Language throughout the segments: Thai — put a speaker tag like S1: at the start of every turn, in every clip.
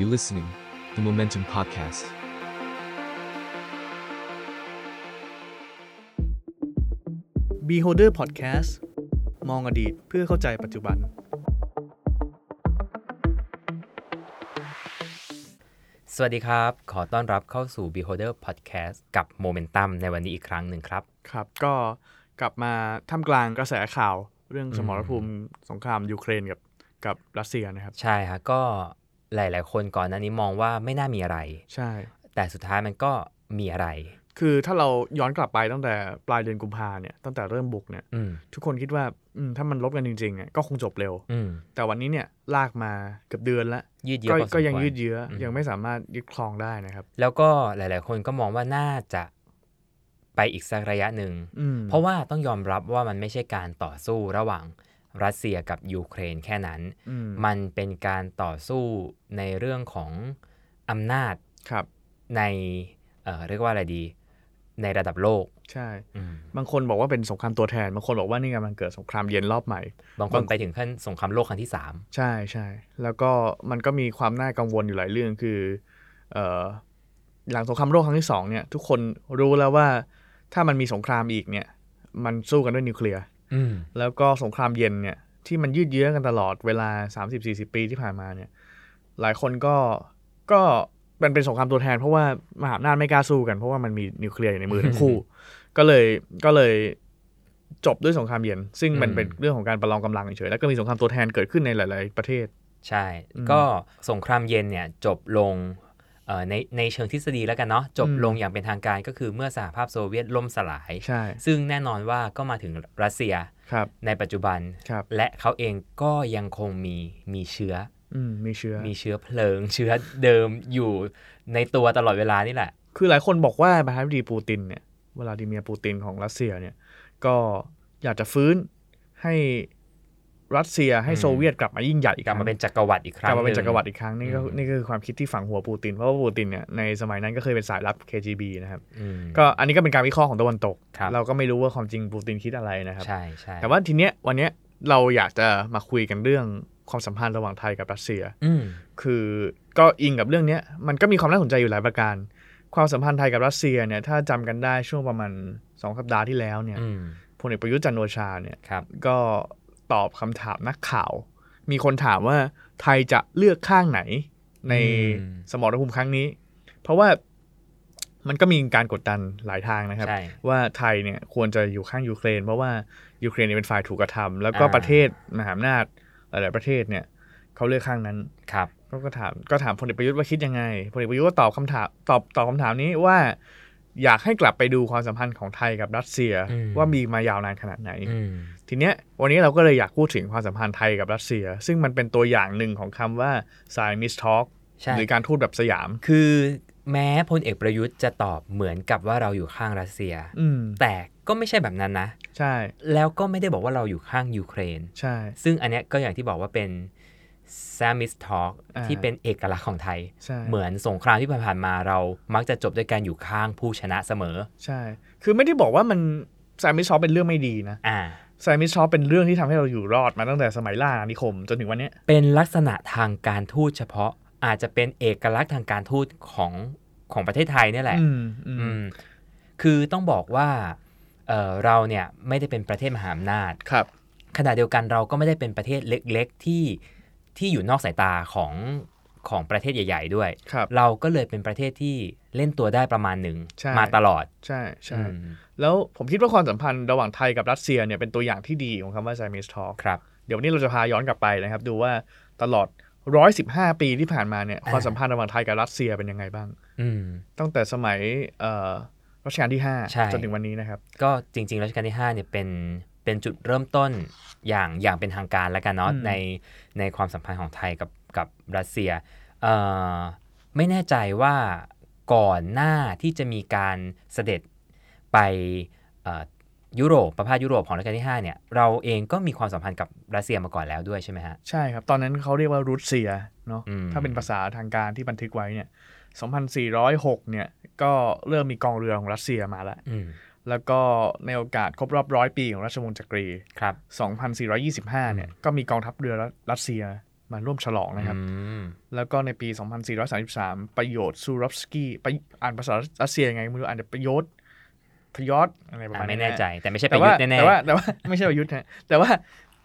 S1: You listening, the Momentum Podcast.
S2: บีโฮเดอร์พอดแคสต์มองอดีตเพื่อเข้าใจปัจจุบัน
S3: สวัสดีครับ ขอต้อนรับเข้าสู่ Beholder Podcast กับ Momentum ในวันนี้อีกครั้งหนึ่งครับ
S2: ครับ ก็กลับมาท่ามกลางกระแสข่าวเรื่องสมรภูมิสงครามยูเครนกับกับรัสเซียนะครับ
S3: ใช่ฮะก็หลาย ๆ คนก่อนหน้านี้มองว่าไม่น่ามีอะไร
S2: ใช่
S3: แต่สุดท้ายมันก็มีอะไร
S2: คือถ้าเราย้อนกลับไปตั้งแต่ปลายเดือนกุมภาเนี่ยตั้งแต่เริ่มบุกเนี่ย
S3: อืม
S2: ทุกคนคิดว่าอืมถ้ามันลบกันจริงๆอ่ะก็คงจบเร็ว
S3: อืม
S2: แต่วันนี้เนี่ยลากมาเกือบเดือนละ
S3: ยืดเยื้อ
S2: ก็
S3: พอสมควร
S2: ก็ยังยืดเยื้ออ
S3: ม
S2: ยังไม่สามารถยึดครองได้นะครับ
S3: แล้วก็หลาย ๆ คนก็มองว่าน่าจะไปอีกสักระยะหนึ่ง
S2: อืม
S3: เพราะว่าต้องยอมรับว่ามันไม่ใช่การต่อสู้ระหว่างรัสเซียกับยูเครนแค่นั้น
S2: อืม
S3: มันเป็นการต่อสู้ในเรื่องของอำนาจ
S2: ครับ
S3: ในเอ่อเรียกว่าอะไรดี ในระดับโลก
S2: ใช่ บางคนบอกว่าเป็นสงครามตัวแทนบางคนบอกว่านี่ไงมันเกิดสงครามเย็นรอบใหม่
S3: บางคนไปถึงขั้นสงครามโลกครั้งที่สาม
S2: ใช่ใช่แล้วก็มันก็มีความน่ากังวลอยู่หลายเรื่องคือเอ่อหลังสงครามโลกครั้งที่สองเนี่ย ทุกคนรู้แล้วว่าถ้ามันมีสงครามอีกเนี่ย มันสู้กันด้วยนิวเคลียร์แล้วก็สงครามเย็นเนี่ยที่มันยืดเยื้อกันตลอดเวลา 30-40 ปีที่ผ่านมาเนี่ย หลายคนก็ก็มันเป็นสงครามตัวแทน เพราะว่ามหาอำนาจไม่กล้าสู้กันเพราะว่ามันมีนิวเคลียร์อยู่ในมือทั้ งคู่ ก็เลยก็เลยจบด้วยสงครามเย็น ซึ่งมันเป็นเรื่องของการประลองกำลังเฉยๆแล้วก็มีสงครามตัวแทนเกิดขึ้นในหลาย ๆ ประเทศ
S3: ใช่ ก็สงครามเย็นเนี่ยจบลงเอ่อในในเชิงทฤษฎีแล้วกันเนาะจบ
S2: อืม
S3: ลงอย่างเป็นทางการก็คือเมื่อสหภาพโซเวียตล่มสลาย
S2: ใช่
S3: ซึ่งแน่นอนว่าก็มาถึงรัสเซีย
S2: ครับ
S3: ในปัจจุบัน
S2: ครับ
S3: และเขาเองก็ยังคงมีมีเชื้อ
S2: อืมมีเชื้อ
S3: มีเชื้อเพลิง เชื้อเดิมอยู่ในตัวตลอดเวลานี่แหละ
S2: คือหลายคนบอกว่าประธานาธิบดีปูตินเนี่ย เวลาดิเมียร์ปูตินของรัสเซียเนี่ย ก็อยากจะฟื้นให้รัสเซียให้
S3: อืม
S2: โซเวียตกลับมายิ่งใหญ่อีก
S3: กลับ
S2: ค
S3: มา
S2: รั้ง
S3: เป็นจักรวรรดิอีกครั้
S2: ก
S3: ง
S2: ลับมาเป็น
S3: หง
S2: จักรวรรดิอีกครั้งนี่ก็
S3: อืม
S2: นี่ก็คือความคิดที่ฝังหัวปูติน เพราะว่าปูตินเนี่ยในสมัยนั้นก็เคยเป็นสายลับ KGB นะครับ
S3: อืม
S2: ก็อันนี้ก็เป็นการวิเคราะห์ของตะวันตก
S3: ครับ
S2: เราก็ไม่รู้ว่าความจริงปูตินคิดอะไรนะครับ
S3: ใช่ใช่
S2: แต่ว่าทีเนี้ยวันเนี้ยเราอยากจะมาคุยกันเรื่องความสัมพันธ์ระหว่างไทยกับรัสเซีย
S3: อืม
S2: คือก็อิงกับเรื่องเนี้ยมันก็มีความน่าสนใจอยู่หลายประการ ความสัมพันธ์ไทยกับรัสเซียเนี่ยถ้าจำกันได้ช่วงประมาณสองสัปดาห์ที่แล้วเนี่ย
S3: อืม
S2: พลเอกประยุทธ์จันทร์โอชาเนี่ย
S3: ครับ
S2: ก็ตอบคำถามนักข่าว มีคนถามว่าไทยจะเลือกข้างไหนใน
S3: อืม
S2: สมรภูมิครั้งนี้ เพราะว่ามันก็มีการกดดันหลายทางนะครับ
S3: ใช่
S2: ว่าไทยเนี่ยควรจะอยู่ข้างยูเครน เพราะว่ายูเครนเนี่ยเป็นฝ่ายถูกกระทำแล้วก็
S3: อ่า
S2: ประเทศมหาอำนาจหลาย ๆ ประเทศเนี่ยเขาเลือกข้างนั้น
S3: ครับ
S2: ก็ก็ถามก็ถามพลเอกประยุทธ์ว่าคิดยังไงพลเอกประยุทธ์ก็ตอบคำถามตอบตอบคำถามนี้ว่า อยากให้กลับไปดูความสัมพันธ์ของไทยกับรัสเซีย
S3: อืม
S2: ว่ามีมายาวนานขนาดไหน
S3: อืม
S2: ทีเนี้ยวันนี้เราก็เลยอยากพูดถึงความสัมพันธ์ไทยกับรัสเซีย ซึ่งมันเป็นตัวอย่างหนึ่งของคำว่าสายมิสทอ k
S3: ใช่
S2: หรือการทูตแบบสยาม
S3: คือแม้พลเอกประยุทธ์จะตอบเหมือนกับว่าเราอยู่ข้างรัสเซีย
S2: อืม
S3: แต่ก็ไม่ใช่แบบนั้นนะ
S2: ใช่
S3: แล้วก็ไม่ได้บอกว่าเราอยู่ข้างยูเครน
S2: ใช่
S3: ซึ่งอันเนี้ยก็อย่างที่บอกว่าเป็น s a m i s Talk
S2: อ่า
S3: ที่เป็นเอกลักษณ์ของไทย
S2: ใช่
S3: เหมือนสงครามที่ผ่านๆมาเรา มักจะจบด้วยการอยู่ข้างผู้ชนะเสมอ
S2: ใช่ คือไม่ได้บอกว่ามันสายมิสทอ k เป็นเรื่องไม่ดีนะ
S3: อ่า
S2: สายมิสทอ k เป็นเรื่องที่ทำให้เราอยู่รอดมาตั้งแต่สมัยล่าอาณานิคมจนถึงวันเนี้ย
S3: เป็นลักษณะทางการทูตเฉพาะ อาจจะเป็นเอกลักษณ์ทางการทูตของของประเทศไทยเนี่ยแหละ
S2: อืมอืม
S3: อืมคือต้องบอกว่าเอ่อเราเนี่ยไม่ได้เป็นประเทศมหาอำนาจ
S2: ครับ
S3: ขณะเดียวกันเราก็ไม่ได้เป็นประเทศเล็กๆที่ที่อยู่นอกสายตาของของประเทศใหญ่ ๆ ด้วย
S2: ครับ
S3: เราก็เลยเป็นประเทศที่เล่นตัวได้ประมาณหนึ่ง
S2: ใช่
S3: มาตลอด
S2: ใช่ใช่
S3: อืม
S2: แล้วผมคิดว่าความสัมพันธ์ระหว่างไทยกับรัสเซียเนี่ยเป็นตัวอย่างที่ดีของคำว่าไซมิสทอ k
S3: ครับ
S2: เดี๋ยววันนี้เราจะพาย้อนกลับไปนะครับ ดูว่าตลอด 115 ปีที่ผ่านมาเนี่ย
S3: อ่า
S2: ความสัมพันธ์ระหว่างไทยกับรัสเซียเป็นยังไงบ้าง
S3: อืม
S2: ตั้งแต่สมัยเอ่อรัชกาลที่
S3: ใช่
S2: 5 จนถึงวันนี้นะครับ
S3: ก็จริงๆรัชกาลที่5เนี่ยเป็นเป็นจุดเริ่มต้นอย่างอย่างเป็นทางการแล้วกันเนาะ
S2: อืม
S3: ในในความสัมพันธ์ของไทยกับกับรัสเซียเอ่อไม่แน่ใจว่าก่อนหน้าที่จะมีการเสด็จไปเอ่อยุโรปประพาสยุโรปของรัชกาลที่5เนี่ยเราเองก็มีความสัมพันธ์กับรัสเซียมาก่อนแล้วด้วยใช่ไหมฮะ
S2: ใช่ครับ ตอนนั้นเขาเรียกว่ารัสเซียเนาะ
S3: อืม
S2: ถ้าเป็นภาษาทางการที่บันทึกไว้เนี่ย 2406 เนี่ย ก็เริ่มมีกองเรือของรัสเซียมาแล้ว
S3: อืม
S2: แล้วก็ในโอกาสครบรอบร้อยปีของราชวงศ์จักรี
S3: ครับ
S2: 2425 เนี่ยก็มีกองทัพเรือรัสเซีย มาร่วมฉลองนะครับ
S3: อืม
S2: แล้วก็ในปี 2433 ประโยชน์ซูรอฟสกี้ไปอ่านภาษารัสเซียยังไงไม่รู้อ่านแต่ประโยชน์พยศอะไรประ
S3: อ่ะ
S2: มาณ
S3: ไม่
S2: นี้
S3: แน่ใจ แต่ไม่ใช่ประ
S2: แต่
S3: ยุท
S2: ว่า
S3: ธ์แน่
S2: แต่ว่าแต่ว่า ไม่ใช่ประยุทธ์ฮะแต่ว่า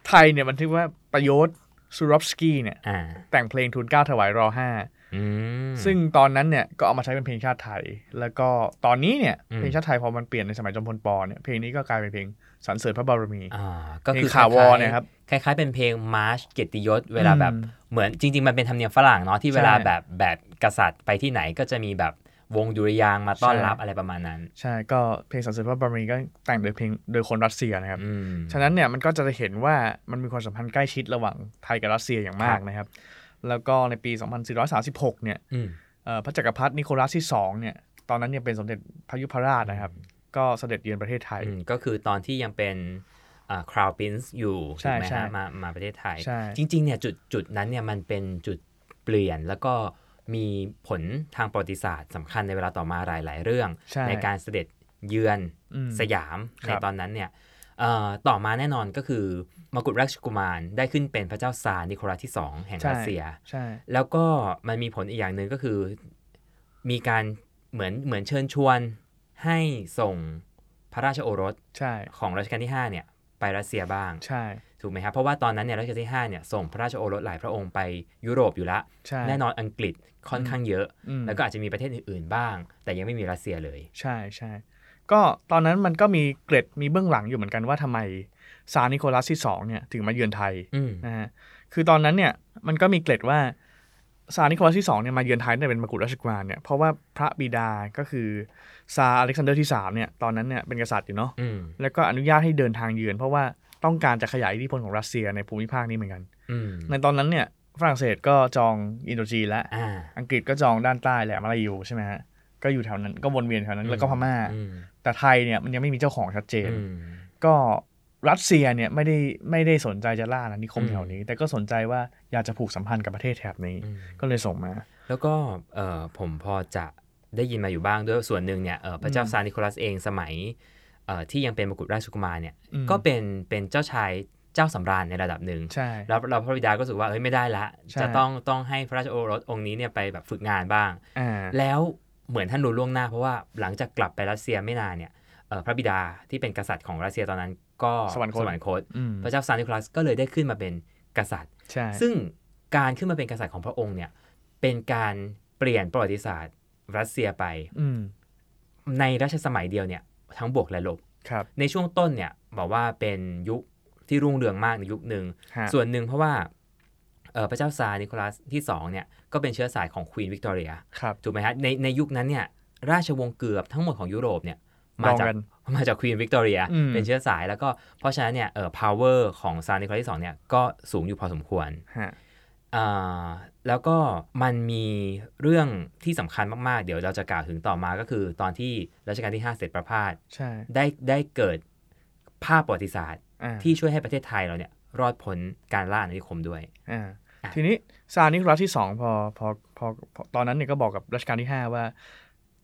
S2: ไทยเนี่ยบันทึกว่าประโยชน์ซูรอฟสกี้เนี่ย
S3: ๆอ่า
S2: แต่งเพลงทูลเกล้าถวายรอห้า
S3: อืม
S2: ซึ่งตอนนั้นเนี่ยก็เอามาใช้เป็นเพลงชาติไทย แล้วก็ตอนนี้เนี่ย
S3: อืม
S2: เพลงชาติไทยพอมันเปลี่ยนในสมัยจอมพลปอเนี่ยเพลงนี้ก็กลายเป็นเพลงสรรเสริญพระบารมี
S3: อ่าก็คือ
S2: เพลงข่าววอ
S3: ล้
S2: เนี่ยครับ
S3: คล้ายๆเป็นเพลงมาร์ชเกียรติยศเวลาแบบ
S2: อืม
S3: เหมือนจริง ๆ มันเป็นธรรมเนียมฝรั่งเนาะที่เวลา
S2: ใช่
S3: แบบแบบกษัตริย์ไปที่ไหนก็จะมีแบบวงดุริยางค์มาต้อน
S2: ใช่
S3: รับอะไรประมาณนั้น
S2: ใช่ก็เพลงสรรเสริญพระบารมีก็แต่งโดยเพลงโดยคนรัสเซียนะครับ
S3: อืม
S2: ฉะนั้นเนี่ยมันก็จะเห็นว่ามันมีความสัมพันธ์ใกล้ชิดระหว่างไทยกับรัสเซียอย่างมากนะครับ แล้วก็ในปี 2436 เนี่ย
S3: อืม
S2: เอ่อพระจักรพรรดินิโคลัสที่ 2 เนี่ยตอนนั้นเนี่ยเป็นสมเด็จพระยุพราชนะครับ ก็เสด็จเยือนประเทศไทย
S3: อืมก็คือตอนที่ยังเป็นคราวปินส์อยู่
S2: ใช่
S3: ถูกไหม
S2: ใช่
S3: ฮะมามาประเทศไทย
S2: ใช่
S3: จริงๆเนี่ยจุดจุดนั้นเนี่ยมันเป็นจุดเปลี่ยนแล้วก็มีผลทางประวัติศาสตร์สำคัญในเวลาต่อมาหลาย ๆ เรื่อง
S2: ใช่
S3: การเสด็จเยือน
S2: อืม
S3: สยาม
S2: ค
S3: ใน
S2: รับ
S3: ตอนนั้นเนี่ยเอ่อต่อมาแน่นอนก็คือมกุฎราชกุมารได้ขึ้นเป็นพระเจ้าซาร์นิโคลัสที่ 2 แห่ง
S2: ใช่
S3: รัสเซีย
S2: ใช่
S3: แล้วก็มันมีผลอีกอย่างหนึ่งก็คือ มีการเหมือนเหมือนเชิญชวนให้ส่งพระราชโอรส
S2: ใช่
S3: ของรัชกาลที่ 5 เนี่ย ไปรัสเซียบ้าง
S2: ใช่
S3: ถูกไหมครับ เพราะว่าตอนนั้นเนี่ยรัชกาลที่ 5 เนี่ย ส่งพระราชโอรสหลายพระองค์ไปยุโรปอยู่ละ
S2: ใช่
S3: แน่นอนอังกฤษค่อนข้างเยอะ
S2: อืม
S3: แล้วก็อาจจะมีประเทศอื่น ๆ บ้าง แต่ยังไม่มีรัสเซียเลย
S2: ใช่ใช่ก็ตอนนั้นมันก็มีเกร็ดมีเบื้องหลังอยู่เหมือนกันว่าทำไมซาร์นิโคลัสที่สองเนี่ยถึงมาเยือนไทย
S3: อืม
S2: นะฮะคือตอนนั้นเนี่ยมันก็มีเกร็ดว่าซาร์นิโคลัสที่สองเนี่ยมาเยือนไทยได้เป็นมกุฎราชกุมารเนี่ยเพราะว่าพระบิดาก็คือซาร์อเล็กซานเดอร์ที่สามเนี่ยตอนนั้นเนี่ยเป็นกษัตริย์อยู่เนาะ
S3: อืม
S2: แล้วก็อนุญาตให้เดินทางเยือน เพราะว่าต้องการจะขยายอิทธิพลของรัสเซียในภูมิภาคนี้เหมือนกัน
S3: อืม
S2: ในตอนนั้นเนี่ยฝรั่งเศสก็จองอินโดจีนและ
S3: อ่า
S2: อังกฤษก็จองด้านใต้แหละมาลายูใช่ไหมฮะก็อยู่แถวนั้นก็วนเวียนแถวนั้นแล้วก็พม่า
S3: อืม
S2: แต่ไทยเนี่ยมันยังไม่มีเจ้าของชัดเจน
S3: อืม
S2: ก็รัสเซียเนี่ยไม่ได้ไม่ได้สนใจจะล่าอาณานิคม
S3: อืม
S2: แถวนี้ แต่ก็สนใจว่าอยากจะผูกสัมพันธ์กับประเทศแถบนี้
S3: อืม
S2: ก็เลยส่งมา
S3: แล้วก็เอ่อผมพอจะได้ยินมาอยู่บ้างด้วยส่วนหนึ่งเนี่ยเอ่อพระเจ้า
S2: อืม
S3: ซาร์นิโคลัสเองสมัยเอ่อที่ยังเป็นมกุฎราชกุมารเนี่ย
S2: อืม
S3: ก็เป็นเป็นเจ้าชายเจ้าสำราญในระดับหนึ่ง
S2: ใช่
S3: แล้วเราพระบิดาก็รู้สึกว่าเอ้ยไม่ได้ละ
S2: ใช่
S3: จะต้องต้องให้พระราชโอรสองค์นี้เนี่ยไปแบบฝึกงานบ้าง
S2: อ่า
S3: แล้วเหมือนท่านรู้ล่วงหน้าเพราะว่าหลังจากกลับไปรัสเซียไม่นานเนี่ยเอ่อพระบิดาที่เป็นกษัตริย์ของรัสเซียตอนนั้นก็
S2: สวรรคต
S3: คต
S2: อืม
S3: พระเจ้าซาร์นิโคลัสก็เลยได้ขึ้นมาเป็นกษัตริย์
S2: ใช่
S3: ซึ่งการขึ้นมาเป็นกษัตริย์ของพระองค์เนี่ยเป็นการเปลี่ยนประวัติศาสตร์รัสเซียไป
S2: อืม
S3: ในรัชสมัยเดียวเนี่ยทั้งบวกและลบ
S2: ครับ
S3: ในช่วงต้นเนี่ยบอกว่าเป็นยุคที่รุ่งเรืองมากในยุคหนึ่ง
S2: ฮะ
S3: ส่วนหนึ่งเพราะว่าเอ่อพระเจ้าซาร์นิโคลัสที่ 2 เนี่ยก็เป็นเชื้อสายของควีนวิกตอเรีย
S2: ครับ
S3: ถูกไหมฮะในในยุคนั้นเนี่ยราชวงศ์เกือบทั้งหมดของยุโรปเนี่ย
S2: ล
S3: มา
S2: อง
S3: จาก
S2: กัน
S3: มาจากควีนวิกตอเรีย
S2: อืม
S3: เป็นเชื้อสายแล้วก็เพราะฉะนั้นเนี่ยเอ่อ power ของซาร์นิโคลัสที่ 2 เนี่ยก็สูงอยู่พอสมควร
S2: ฮะ
S3: อ่าแล้วก็มันมีเรื่องที่สำคัญมาก ๆ เดี๋ยวเราจะกล่าวถึงต่อมาก็คือตอนที่รัชกาลที่ 5 เสร็จประพาส
S2: ใช่
S3: ได้ได้เกิดภาพประวัติศาสตร์
S2: อ่า
S3: ที่ช่วยให้ประเทศไทยเราเนี่ยรอดพ้นการล่าอาณานิคมด้วย
S2: อ่าทีนี้ซาร์นิโคลัสที่สองพอพอพอพอตอนนั้นเนี่ยก็บอกกับรัชกาลที่ห้าว่า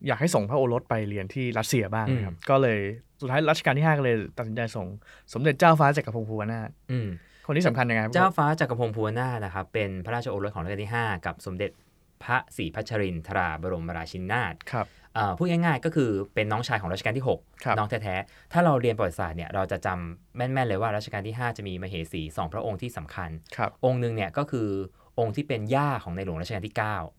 S2: อยากให้ส่งพระโอรสไปเรียนที่รัสเซียบ้างนะครับก็เลยสุดท้ายรัชกาลที่ห้าก็เลยตัดสินใจส่งสมเด็จเจ้าฟ้าจักรพงศ์ภูวนาถ
S3: อืม
S2: คนที่สำคัญยังไงครับ
S3: เจ้าฟ้าจักรพงศ์ภูวนาถนะครับ เป็นพระราชโอรสของรัชกาลที่ 5 กับสมเด็จพระศรีพัชรินทราบรมราชินีนาถ
S2: ครับ
S3: เอ่อพูดง่ายๆก็คือเป็นน้องชายของรัชกาลที่
S2: ครับ
S3: 6 น้องแท้ๆ ถ้าเราเรียนประวัติศาสตร์เนี่ยเราจะจำแม่นๆเลยว่ารัชกาลที่ 5 จะมีมเหสีสองพระองค์ที่สำคัญ
S2: ครับ
S3: องค์หนึ่งเนี่ยก็คือองค์ที่เป็นย่าของในหลวงรัชกาลที่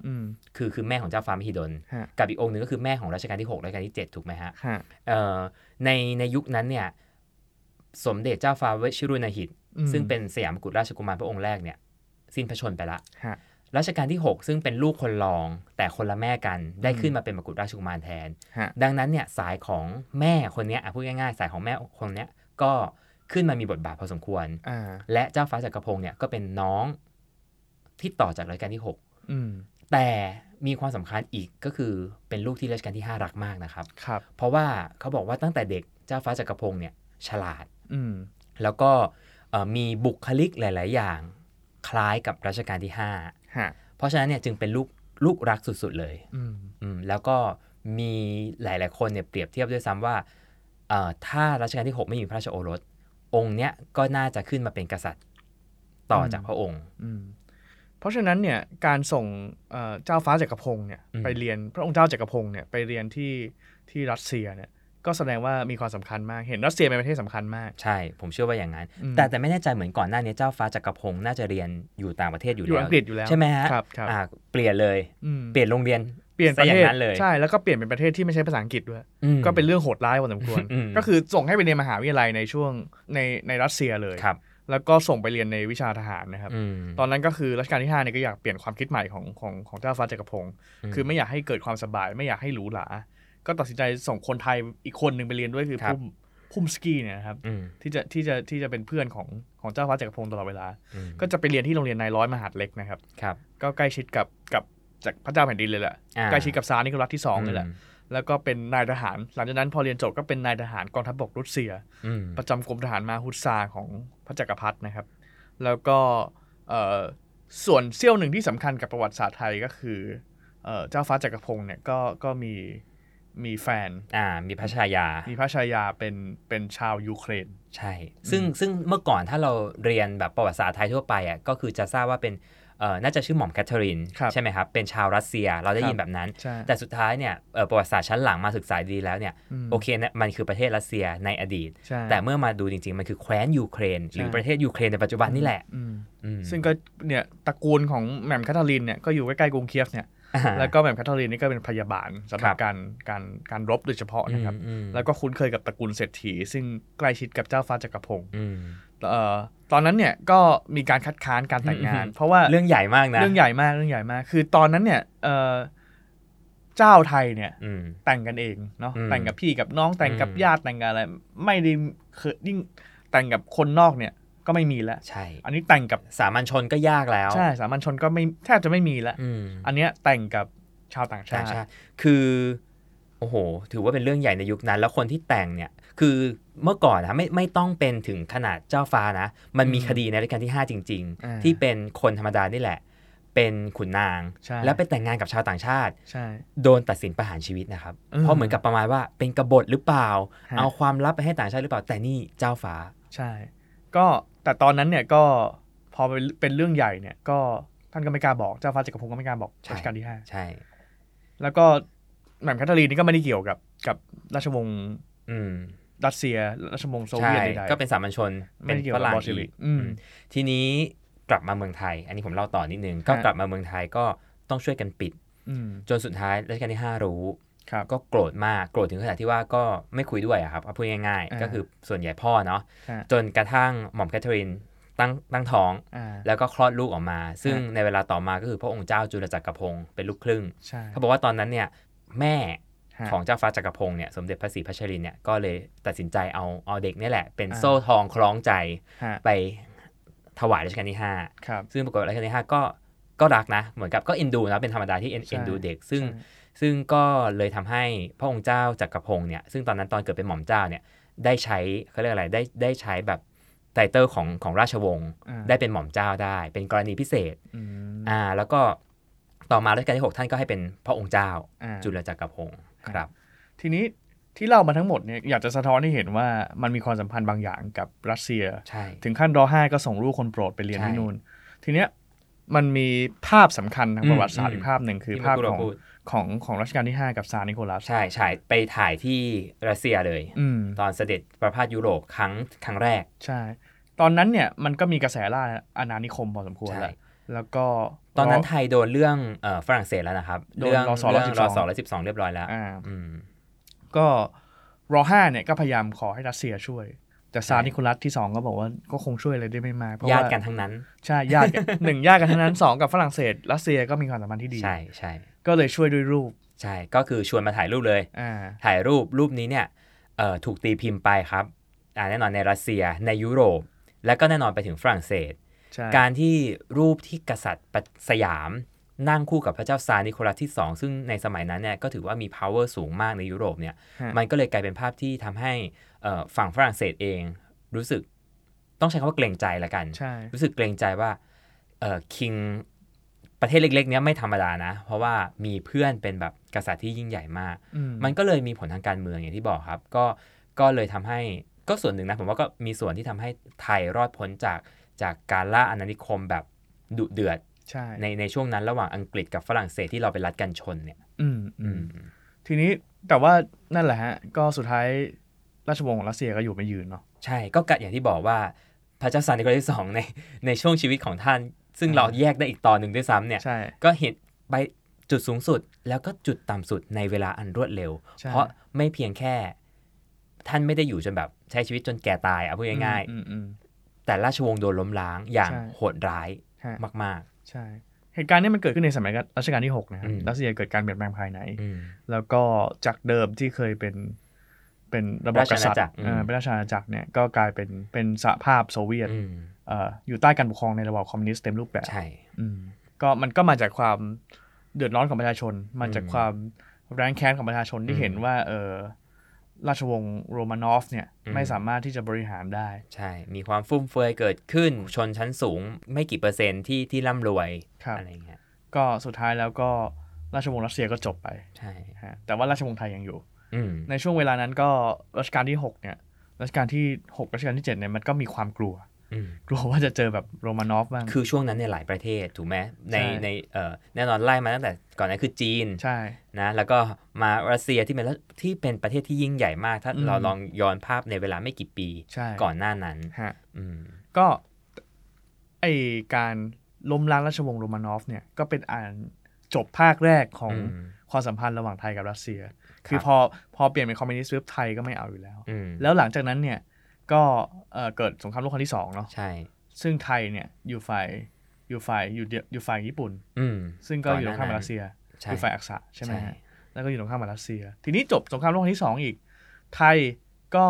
S2: อืม
S3: 9 คือคือแม่ของเจ้าฟ้ามหิดล
S2: ฮะ
S3: กับอีกองค์หนึ่งก็คือแม่ของรัชกาลที่ 6 รัชกาลที่ 7 ถูกไหมฮะ
S2: ฮะ
S3: เอ่อในในยุคนั้นเนี่ยสมเด็จเจ้าฟ้าวชิรุณหิต
S2: อืม
S3: ซึ่งเป็นสยามกุฎราชกุมารพระองค์แรกเนี่ยสิ้นพระชนม์ไปละ
S2: ฮะ
S3: รัชกาลที่ 6 ซึ่งเป็นลูกคนรอง แต่คนละแม่กันได้ขึ้นมาเป็นมกุฎราชกุมารแทน
S2: ฮะ
S3: ดังนั้นเนี่ยสายของแม่คนเนี้ยอ่ะพูดง่ายๆ สายของแม่คนเนี้ยก็ขึ้นมามีบทบาทพอสมควร
S2: อ่า
S3: และเจ้าฟ้าจักรพงศ์เนี่ยก็เป็นน้องที่ต่อจากรัชกาลที่
S2: อืม
S3: 6 แต่มีความสำคัญอีกก็คือเป็นลูกที่รัชกาลที่ 5 รักมากนะครับ
S2: ครับ
S3: เพราะว่าเขาบอกว่าตั้งแต่เด็กเจ้าฟ้าจักรพงศ์เนี่ยฉลาด
S2: อืม
S3: แล้วก็เอ่อมีบุคลิกหลาย ๆ อย่างคล้ายกับรัชกาลที่ 5
S2: ฮะ
S3: เพราะฉะนั้นเนี่ยจึงเป็นลูกลูกรักสุด ๆ เลย
S2: อืม
S3: อืมแล้วก็มีหลาย ๆ คนเนี่ยเปรียบเทียบด้วยซ้ำว่าเอ่อถ้ารัชกาลที่ 6 ไม่มีพระราชโอรส องค์เนี้ยก็น่าจะขึ้นมาเป็นกษัตริย์ต่ออ
S2: ม
S3: จากพระองค์
S2: อืม เพราะฉะนั้นเนี่ยการส่งเอ่อเจ้าฟ้าจักรพงศ์เนี่ย
S3: อืม
S2: ไปเรียนพระองค์เจ้าจักรพงศ์เนี่ยไปเรียนที่ที่รัสเซียเนี่ยก็แสดงว่ามีความสำคัญมากเห็นรัสเซียเป็นประเทศสำคัญมาก
S3: ใช่ ผมเชื่อว่าอย่างนั้น
S2: อืม
S3: แต่แต่ไม่แน่ใจเหมือนก่อนหน้านี้เจ้าฟ้าจักรพงศ์น่าจะเรียนอยู่ต่างประเทศอยู่
S2: อยู่
S3: แล้ว
S2: อังกฤษอยู่แล้ว
S3: ใช่ไหมฮะ
S2: ครับครับ
S3: อ่าเปลี่ยนเลย
S2: อืม
S3: เปลี่ยนโรงเรียน
S2: เปลี่ยนป
S3: ซะ
S2: ระ
S3: อ
S2: เท
S3: ย่าง
S2: ศ
S3: นั้นเลย
S2: ใช่แล้วก็เปลี่ยนเป็นประเทศที่ไม่ใช้ภาษาอังกฤษด้วย
S3: อืม
S2: ก็เป็นเรื่องโหดร้ายพอสมควร
S3: อืม
S2: ก็คือส่งให้ไปเรียนมหาวิทยาลัยในช่วงในในรัสเซียเลย
S3: ครับ
S2: แล้วก็ส่งไปเรียนในวิชาทหารนะครับ
S3: อืม
S2: ตอนนั้นก็คือรัชกาลที่5เนี่ยก็อยากเปลี่ยนความคิดใหม่ของของของเจ้าฟ้าจักรพงศ์
S3: อืม
S2: คือไม่อยากให้เกิดความสบาย ไม่อยากให้หรูหรา ก็ตัดสินใจส่งคนไทยอีกคนหนึ่งไปเรียนด้วยคือ
S3: ครับ
S2: พุ่มพุ่มสกี้เนี่ยนะครับ
S3: อืม
S2: ที่จะที่จะที่จะเป็นเพื่อนของของเจ้าฟ้าจักรพงศ์ตลอดเวลา
S3: อืม
S2: ก็จะไปเรียนที่โรงเรียนนายร้อยมหาดเล็กนะครับ
S3: ครับ
S2: ก็ใกล้ชิดกับกับจากพระเจ้าแผ่นดินเลยแหละ
S3: อ่า
S2: ใกล้ชิดกับซาร์นิโคลัสที่สองเลยแหละ
S3: ม
S2: แล้วก็เป็นนายทหาร หลังจากนั้นพอเรียนจบก็เป็นนายทหารกองทัพบกรัสเซีย
S3: อืม
S2: ประจำกรมทหารมาฮุตซาร์ของพระจักรพรรดินะครับ แล้วก็เอ่อส่วนเสี้ยวหนึ่งที่สำคัญกับประวัติศาสตร์ไทยก็คือเอ่อเจ้าฟ้าจักรพงศ์เนี่ยก็ก็มีมีแฟน
S3: อ่า มีพระชายา
S2: มีพระชายาเป็นเป็นชาวยูเครน
S3: ใช่ ซึ่งซึ่งเมื่อก่อนถ้าเราเรียนแบบประวัติศาสตร์ไทยทั่วไปอ่ะ ก็คือจะทราบว่าเป็นเอ่อน่าจะชื่อหม่อมแคทเธอรีน
S2: ครับ
S3: ใช่ไหมครับ เป็นชาวรัสเซีย เราได้ยิ
S2: ค
S3: น
S2: รับ
S3: แบบนั้น
S2: ใช่
S3: แต่สุดท้ายเนี่ยเอ่อประวัติศาสตร์ชั้นหลังมาศึกษาดีแล้วเนี่ย
S2: ม
S3: โอเคนะมันคือประเทศรัสเซียในอดีต
S2: ใช่
S3: แต่เมื่อมาดูจริง ๆ มันคือแคว้นยูเครน หรือ
S2: ใช่
S3: ประเทศยูเครนในปัจจุบันนี่แหละ
S2: อืม
S3: อืม
S2: ซึ่งก็เนี่ยตระกูลของแหม่มแคทเธอรีนเนี่ยก็อยู่ใกล้ๆกรุงเคียฟเนี่ย
S3: อ่า
S2: แล้วก็แหม่มแคทเธอรีนนี่ก็เป็นพยาบาลสำห
S3: ครั
S2: รับบ การการการรบโดยเฉพาะนะครับ
S3: อืม
S2: แล้วก็คุ้นเคยกับตระกูลเศรษฐี ซึ่งใกล้ชิดกับเจ้าฟ้าจักรพงศ์
S3: อืม
S2: เอ่อตอนนั้นเนี่ยก็มีการคัดค้านการแต่งงาน
S3: อืม
S2: เพราะว่า
S3: เรื่องใหญ่มากนะ
S2: เรื่องใหญ่มากเรื่องใหญ่มาก คือตอนนั้นเนี่ยเอ่อเจ้าไทยเนี่ย
S3: อืม
S2: แต่งกันเองเนาะ
S3: อืม
S2: แต่งกับพี่กับน้องแต่งกับ
S3: อืม
S2: ญาติแต่งกับอะไรไม่ได้เคยยิ่งแต่งกับคนนอกเนี่ยก็ไม่มีแล้ว
S3: ใช่
S2: อันนี้แต่งกับ
S3: สามัญชนก็ยากแล้ว
S2: ใช่สามัญชนก็ไม่แทบจะไม่มีแล้ว
S3: อืม
S2: อันเนี้ยแต่งกับชาวต่างชา
S3: ต่าง
S2: ติ
S3: ชาติคือโอ้โห ถือว่าเป็นเรื่องใหญ่ในยุคนั้น แล้วคนที่แต่งเนี่ย คือเมื่อก่อนนะไม่ไม่ต้องเป็นถึงขนาดเจ้าฟ้านะ มันมี
S2: อืม
S3: คดีในรัชกาลที่ 5 จริง
S2: อ่า
S3: ๆ ที่เป็นคนธรรมดานี่แหละ เป็นขุนนาง
S2: ใช่
S3: แล้วไปแต่งงานกับชาวต่างชาติ
S2: ใช่
S3: โดนตัดสินประหารชีวิตนะครับ
S2: อืม
S3: เพราะเหมือนกับประมาณว่าเป็นกบฏหรือเปล่า
S2: ฮะ
S3: เอาความลับไปให้ต่างชาติหรือเปล่า แต่นี่เจ้าฟ้า
S2: ใช่ ก็แต่ตอนนั้นเนี่ยก็พอเป็นเป็นเรื่องใหญ่เนี่ยก็ท่านก็ไม่กล้าบอกเจ้าฟ้าจักรพงศ์ก็ไม่กล้าบอก
S3: ใช่
S2: รัชกาลที่ห้า
S3: ใช่
S2: แล้วก็แหม่มแคทเธอรีนนี่ก็ไม่ได้เกี่ยวกับกับราชวงศ์
S3: อืม
S2: รัสเซีย ราชวงศ์โซเวียตใดๆ
S3: ก็เป็นสามัญชน
S2: ไม่
S3: เป็น
S2: ได้เกี่ยว
S3: ฝ
S2: กับ
S3: รั่ง
S2: Bolshevik
S3: อีก
S2: อืม
S3: อืมทีนี้กลับมาเมืองไทย อันนี้ผมเล่าต่อนิดนึง ก็
S2: ฮะ
S3: กลับมาเมืองไทยก็ต้องช่วยกันปิด
S2: อืม
S3: จนสุดท้ายรัชกาลที่ 5 รู้
S2: ครับ
S3: ก็โกรธมาก โกรธถึงขนาดที่ว่าก็ไม่คุยด้วยอะครับเอาพูดง่าย
S2: อ่า
S3: ๆ ก็คือส่วนใหญ่พ่อเนาะ
S2: ฮะ
S3: จนกระทั่งหม่อมแคทเธอรีนตั้งตั้งท้อง
S2: อ่า
S3: แล้วก็คลอดลูกออกมา ซึ่ง
S2: ฮะ
S3: ในเวลาต่อมาก็คือพระองค์เจ้าจุลจักรพงศ์เป็นลูกครึ่ง
S2: ใช่
S3: เขาบอกว่าตอนนั้นเนี่ยแม่
S2: ฮะ
S3: ของเจ้าฟ้าจักรพงศ์เนี่ยสมเด็จพระศรีพัชรินเนี่ยก็เลยตัดสินใจเอาเอาเด็กเนี่ยแหละ เป็น
S2: อ่า
S3: โซ่ทองคล้องใจ
S2: ฮะ
S3: ไปถวายรัชกาลที่
S2: ครับ
S3: 5 ซึ่งปรากฏว่ารัชกาลที่ 5 ก็ก็รักนะ เหมือนกับก็เอ็นดูนะเป็นธรรมดาที่เอ็นเอ็นดูเด็ก ซึ่ง
S2: ใช่
S3: ซึ่งก็เลยทำให้พระองค์เจ้าจักรพงศ์เนี่ยซึ่งตอนนั้นตอนเกิดเป็นหม่อมเจ้าเนี่ยได้ใช้เขาเรียกอะไรได้ได้ใช้แบบไตเติลของของราชวงศ์
S2: อ่า
S3: ได้เป็นหม่อมเจ้าได้ เป็นกรณีพิเศษ
S2: อืม
S3: อ่าแล้วก็ต่อมารัชกาลที่หกท่านก็ให้เป็นพระองค์เจ้า
S2: อ่า
S3: จุลจักรพงศ์ครับ
S2: ทีนี้ที่เล่ามาทั้งหมดเนี่ยอยากจะสะท้อนให้เห็นว่ามันมีความสัมพันธ์บางอย่างกับรัสเซีย
S3: ใช่
S2: ถึงขั้นรอห้าก็ส่งลูกคนโปรดไปเรียน
S3: ใช่
S2: ที่นู่น ทีเนี้ยมันมีภาพสำคัญทาง
S3: อื
S2: ป
S3: ม
S2: ระวัติศาสตร์
S3: อืม
S2: อีกภาพหนึ่งคือ
S3: ที่
S2: ภาพ
S3: เมื่
S2: ของ
S3: กี้เรพูด
S2: ของของรัชกาลที่ 5 กับซาร์นิโคลัส
S3: ใช่ใช่ไปถ่ายที่รัสเซียเลย
S2: อืม
S3: ตอนเสด็จประพาสยุโรปครั้งครั้งแรก
S2: ใช่ ตอนนั้นเนี่ยมันก็มีกระแสล่าอาณานิคมพอสมควร
S3: ใช่
S2: แล้ว แล้วก็
S3: ตอนนั้น
S2: ร
S3: ไทยโดนเรื่องเอ่อฝรั่งเศสแล้วนะครับ
S2: โดน
S3: เรื่อง
S2: รศ
S3: เรื่อง
S2: 112
S3: รศร้อยสิบสองเรียบร้อยแล้ว
S2: อ่า
S3: อืม
S2: ก็รอห้าเนี่ยก็พยายามขอให้รัสเซียช่วย แต่ซาร์
S3: ใช่
S2: นิโคลัสที่ 2 ก็บอกว่าก็คงช่วยอะไรได้ไม่มากเพราะ
S3: ญา
S2: ว่า
S3: ติกันทั้งนั้น
S2: ใช่ญาติกัน หนึ่งญาติกันทั้งนั้น 2 กับฝรั่งเศส รัสเซียก็มีความสัมพันธ์ที่ดี
S3: ใช่ใช่
S2: ก็เลยช่วยด้วยรูป
S3: ใช่ก็คือชวนมาถ่ายรูปเลย
S2: อ่า
S3: ถ่ายรูปรูปนี้เนี่ยเอ่อถูกตีพิมพ์ไปครับอ่าแน่นอนในรัสเซียในยุโรป และก็แน่นอนไปถึงฝรั่งเศส
S2: ใช่
S3: การที่รูปที่กษัตริย์ปะสยามนั่งคู่กับพระเจ้าซาร์นิโคลัสที่ 2 ซึ่งในสมัยนั้นเนี่ยก็ถือว่ามี power สูงมากในยุโรปเนี่ย
S2: ฮะ
S3: มันก็เลยกลายเป็นภาพที่ทำให้เอ่อฝั่งฝรั่งเศสเองรู้สึกต้องใช้คำว่าเกรงใจละกัน
S2: ใช่
S3: รู้สึกเกรงใจว่าเอ่อคิงประเทศเล็กๆเนี้ยไม่ธรรมดานะ เพราะว่ามีเพื่อนเป็นแบบกษัตริย์ที่ยิ่งใหญ่มาก
S2: อื
S3: มันก็เลยมีผลทางการเมืองอย่างที่บอกครับ ก็ก็เลยทำให้ก็ส่วนหนึ่งนะผมว่าก็มีส่วนที่ทำให้ไทยรอดพ้นจากจากการล่าอาณานิคมแบบดุเดือด
S2: ใช่
S3: ในในช่วงนั้นระหว่างอังกฤษกับฝรั่งเศสที่เราไปรัดกันชนเนี่ย
S2: อืมอื
S3: อื
S2: ม
S3: ม
S2: ทีนี้แต่ว่านั่นแหละฮะ ก็สุดท้ายราชวงศ์ของรัสเซียก็อยู่ไม่ยืนเนาะ
S3: ใช่ก็กัดอย่างที่บอกว่าพระเจ้าซาร์นิโคลัสที่สอง ในในช่วงชีวิตของท่าน ซึ่ง
S2: อืม
S3: เราแยกได้อีกตอนหนึ่งด้วยซ้ำเนี่ย
S2: ใช่
S3: ก็เห็นไปจุดสูงสุดแล้วก็จุดต่ำสุดในเวลาอันรวดเร็ว
S2: ใช่
S3: เพราะไม่เพียงแค่ ท่านไม่ได้อยู่จนแบบใช้ชีวิตจนแก่ตายเอาพูดง่าย
S2: อืมอืม
S3: ๆ แต่ราชวงศ์โดนล้มล้างอย่าง
S2: ใช่
S3: โหดร้าย
S2: ฮะ
S3: มาก
S2: ใช่ เหตุการณ์เนี้มันเกิดขึ้นในสมัยรัชกาลที่หกนะครั
S3: อื
S2: บ
S3: ม
S2: รัสเซียเกิดการเปลี่ยนแปลงภายใน
S3: ๆอืม
S2: แล้วก็จากเดิมที่เคยเป็นเป็นระบอบกษัตริย์
S3: ราชอาณาจักรอืม
S2: เออเป็นราชอาณาจักรเนี่ยก็กลายเป็นเป็นสหภาพโซเวียต
S3: อืม
S2: เอ่ออยู่ใต้การปกครองในระบอบคอมมิวนิสต์เต็มรูปแบบ
S3: ใช่
S2: อืมก็มันก็มาจากความเดือดร้อนของประชาชน มาจากความแรงแค้นของประชาชนที่เห็นว่าเออราชวงศ์โรมานอฟเนี่ยไม่สามารถที่จะบริหารได้
S3: ใช่ มีความฟุ่มเฟือยเกิดขึ้น ชนชั้นสูงไม่กี่เปอร์เซ็นต์ที่ที่ร่ำรวย
S2: ครับ
S3: อะไรเงี้ย
S2: ก็สุดท้ายแล้วก็ราชวงศ์รัสเซียก็จบไป
S3: ใช่
S2: ฮะแต่ว่าราชวงศ์ไทยยังอยู่
S3: อืม
S2: ในช่วงเวลานั้นก็รัชกาลที่ 6 เนี่ยรัชกาลที่ 6 รัชกาลที่ 7 เนี่ยมันก็มีความกลัว
S3: อืม
S2: กลัวว่าจะเจอแบบโรมานอฟบ้าง
S3: คือช่วงนั้นเนี่ยหลายประเทศถูกไหมใน
S2: ใช่
S3: ในเอ่อแน่นอนไล่มาตั้งแต่ก่อนนั้นคือจีน
S2: ใช่
S3: นะแล้วก็มารัสเซียที่เป็นที่เป็นประเทศที่ยิ่งใหญ่มาก ถ้า
S2: อืม
S3: เราลองย้อนภาพในเวลาไม่กี่ปี
S2: ใช่
S3: ก่อนหน้านั้น
S2: ฮะ
S3: อืม
S2: ก็ไอการล้มล้างราชวงศ์โรมานอฟเนี่ยก็เป็นอันจบภาคแรกของ
S3: อืม
S2: ความสัมพันธ์ระหว่างไทยกับรัสเซีย
S3: ครับ
S2: คือพอพอเปลี่ยนเป็นคอมมิวนิสต์ปุ๊บไทยก็ไม่เอาอยู่แล้ว
S3: อืม
S2: แล้วหลังจากนั้นเนี่ยก็เอ่อเกิดสงครามโลกครั้งที่สองเนาะ
S3: ใช่
S2: ซึ่งไทยเนี่ยอยู่ฝ่ายอยู่ฝ่ายอยู่เดียวอยู่ฝ่ายญี่ปุ่น
S3: อืม
S2: ซึ่งก็อยู่ตรงข้ามกับรัสเซีย
S3: ใช่
S2: คือฝ่ายอักษะใช่ไหม
S3: ใช่
S2: ฮะแล้วก็อยู่ตรงข้ามกับรัสเซีย ทีนี้จบสงครามโลกครั้งที่สองอีก ไทยก็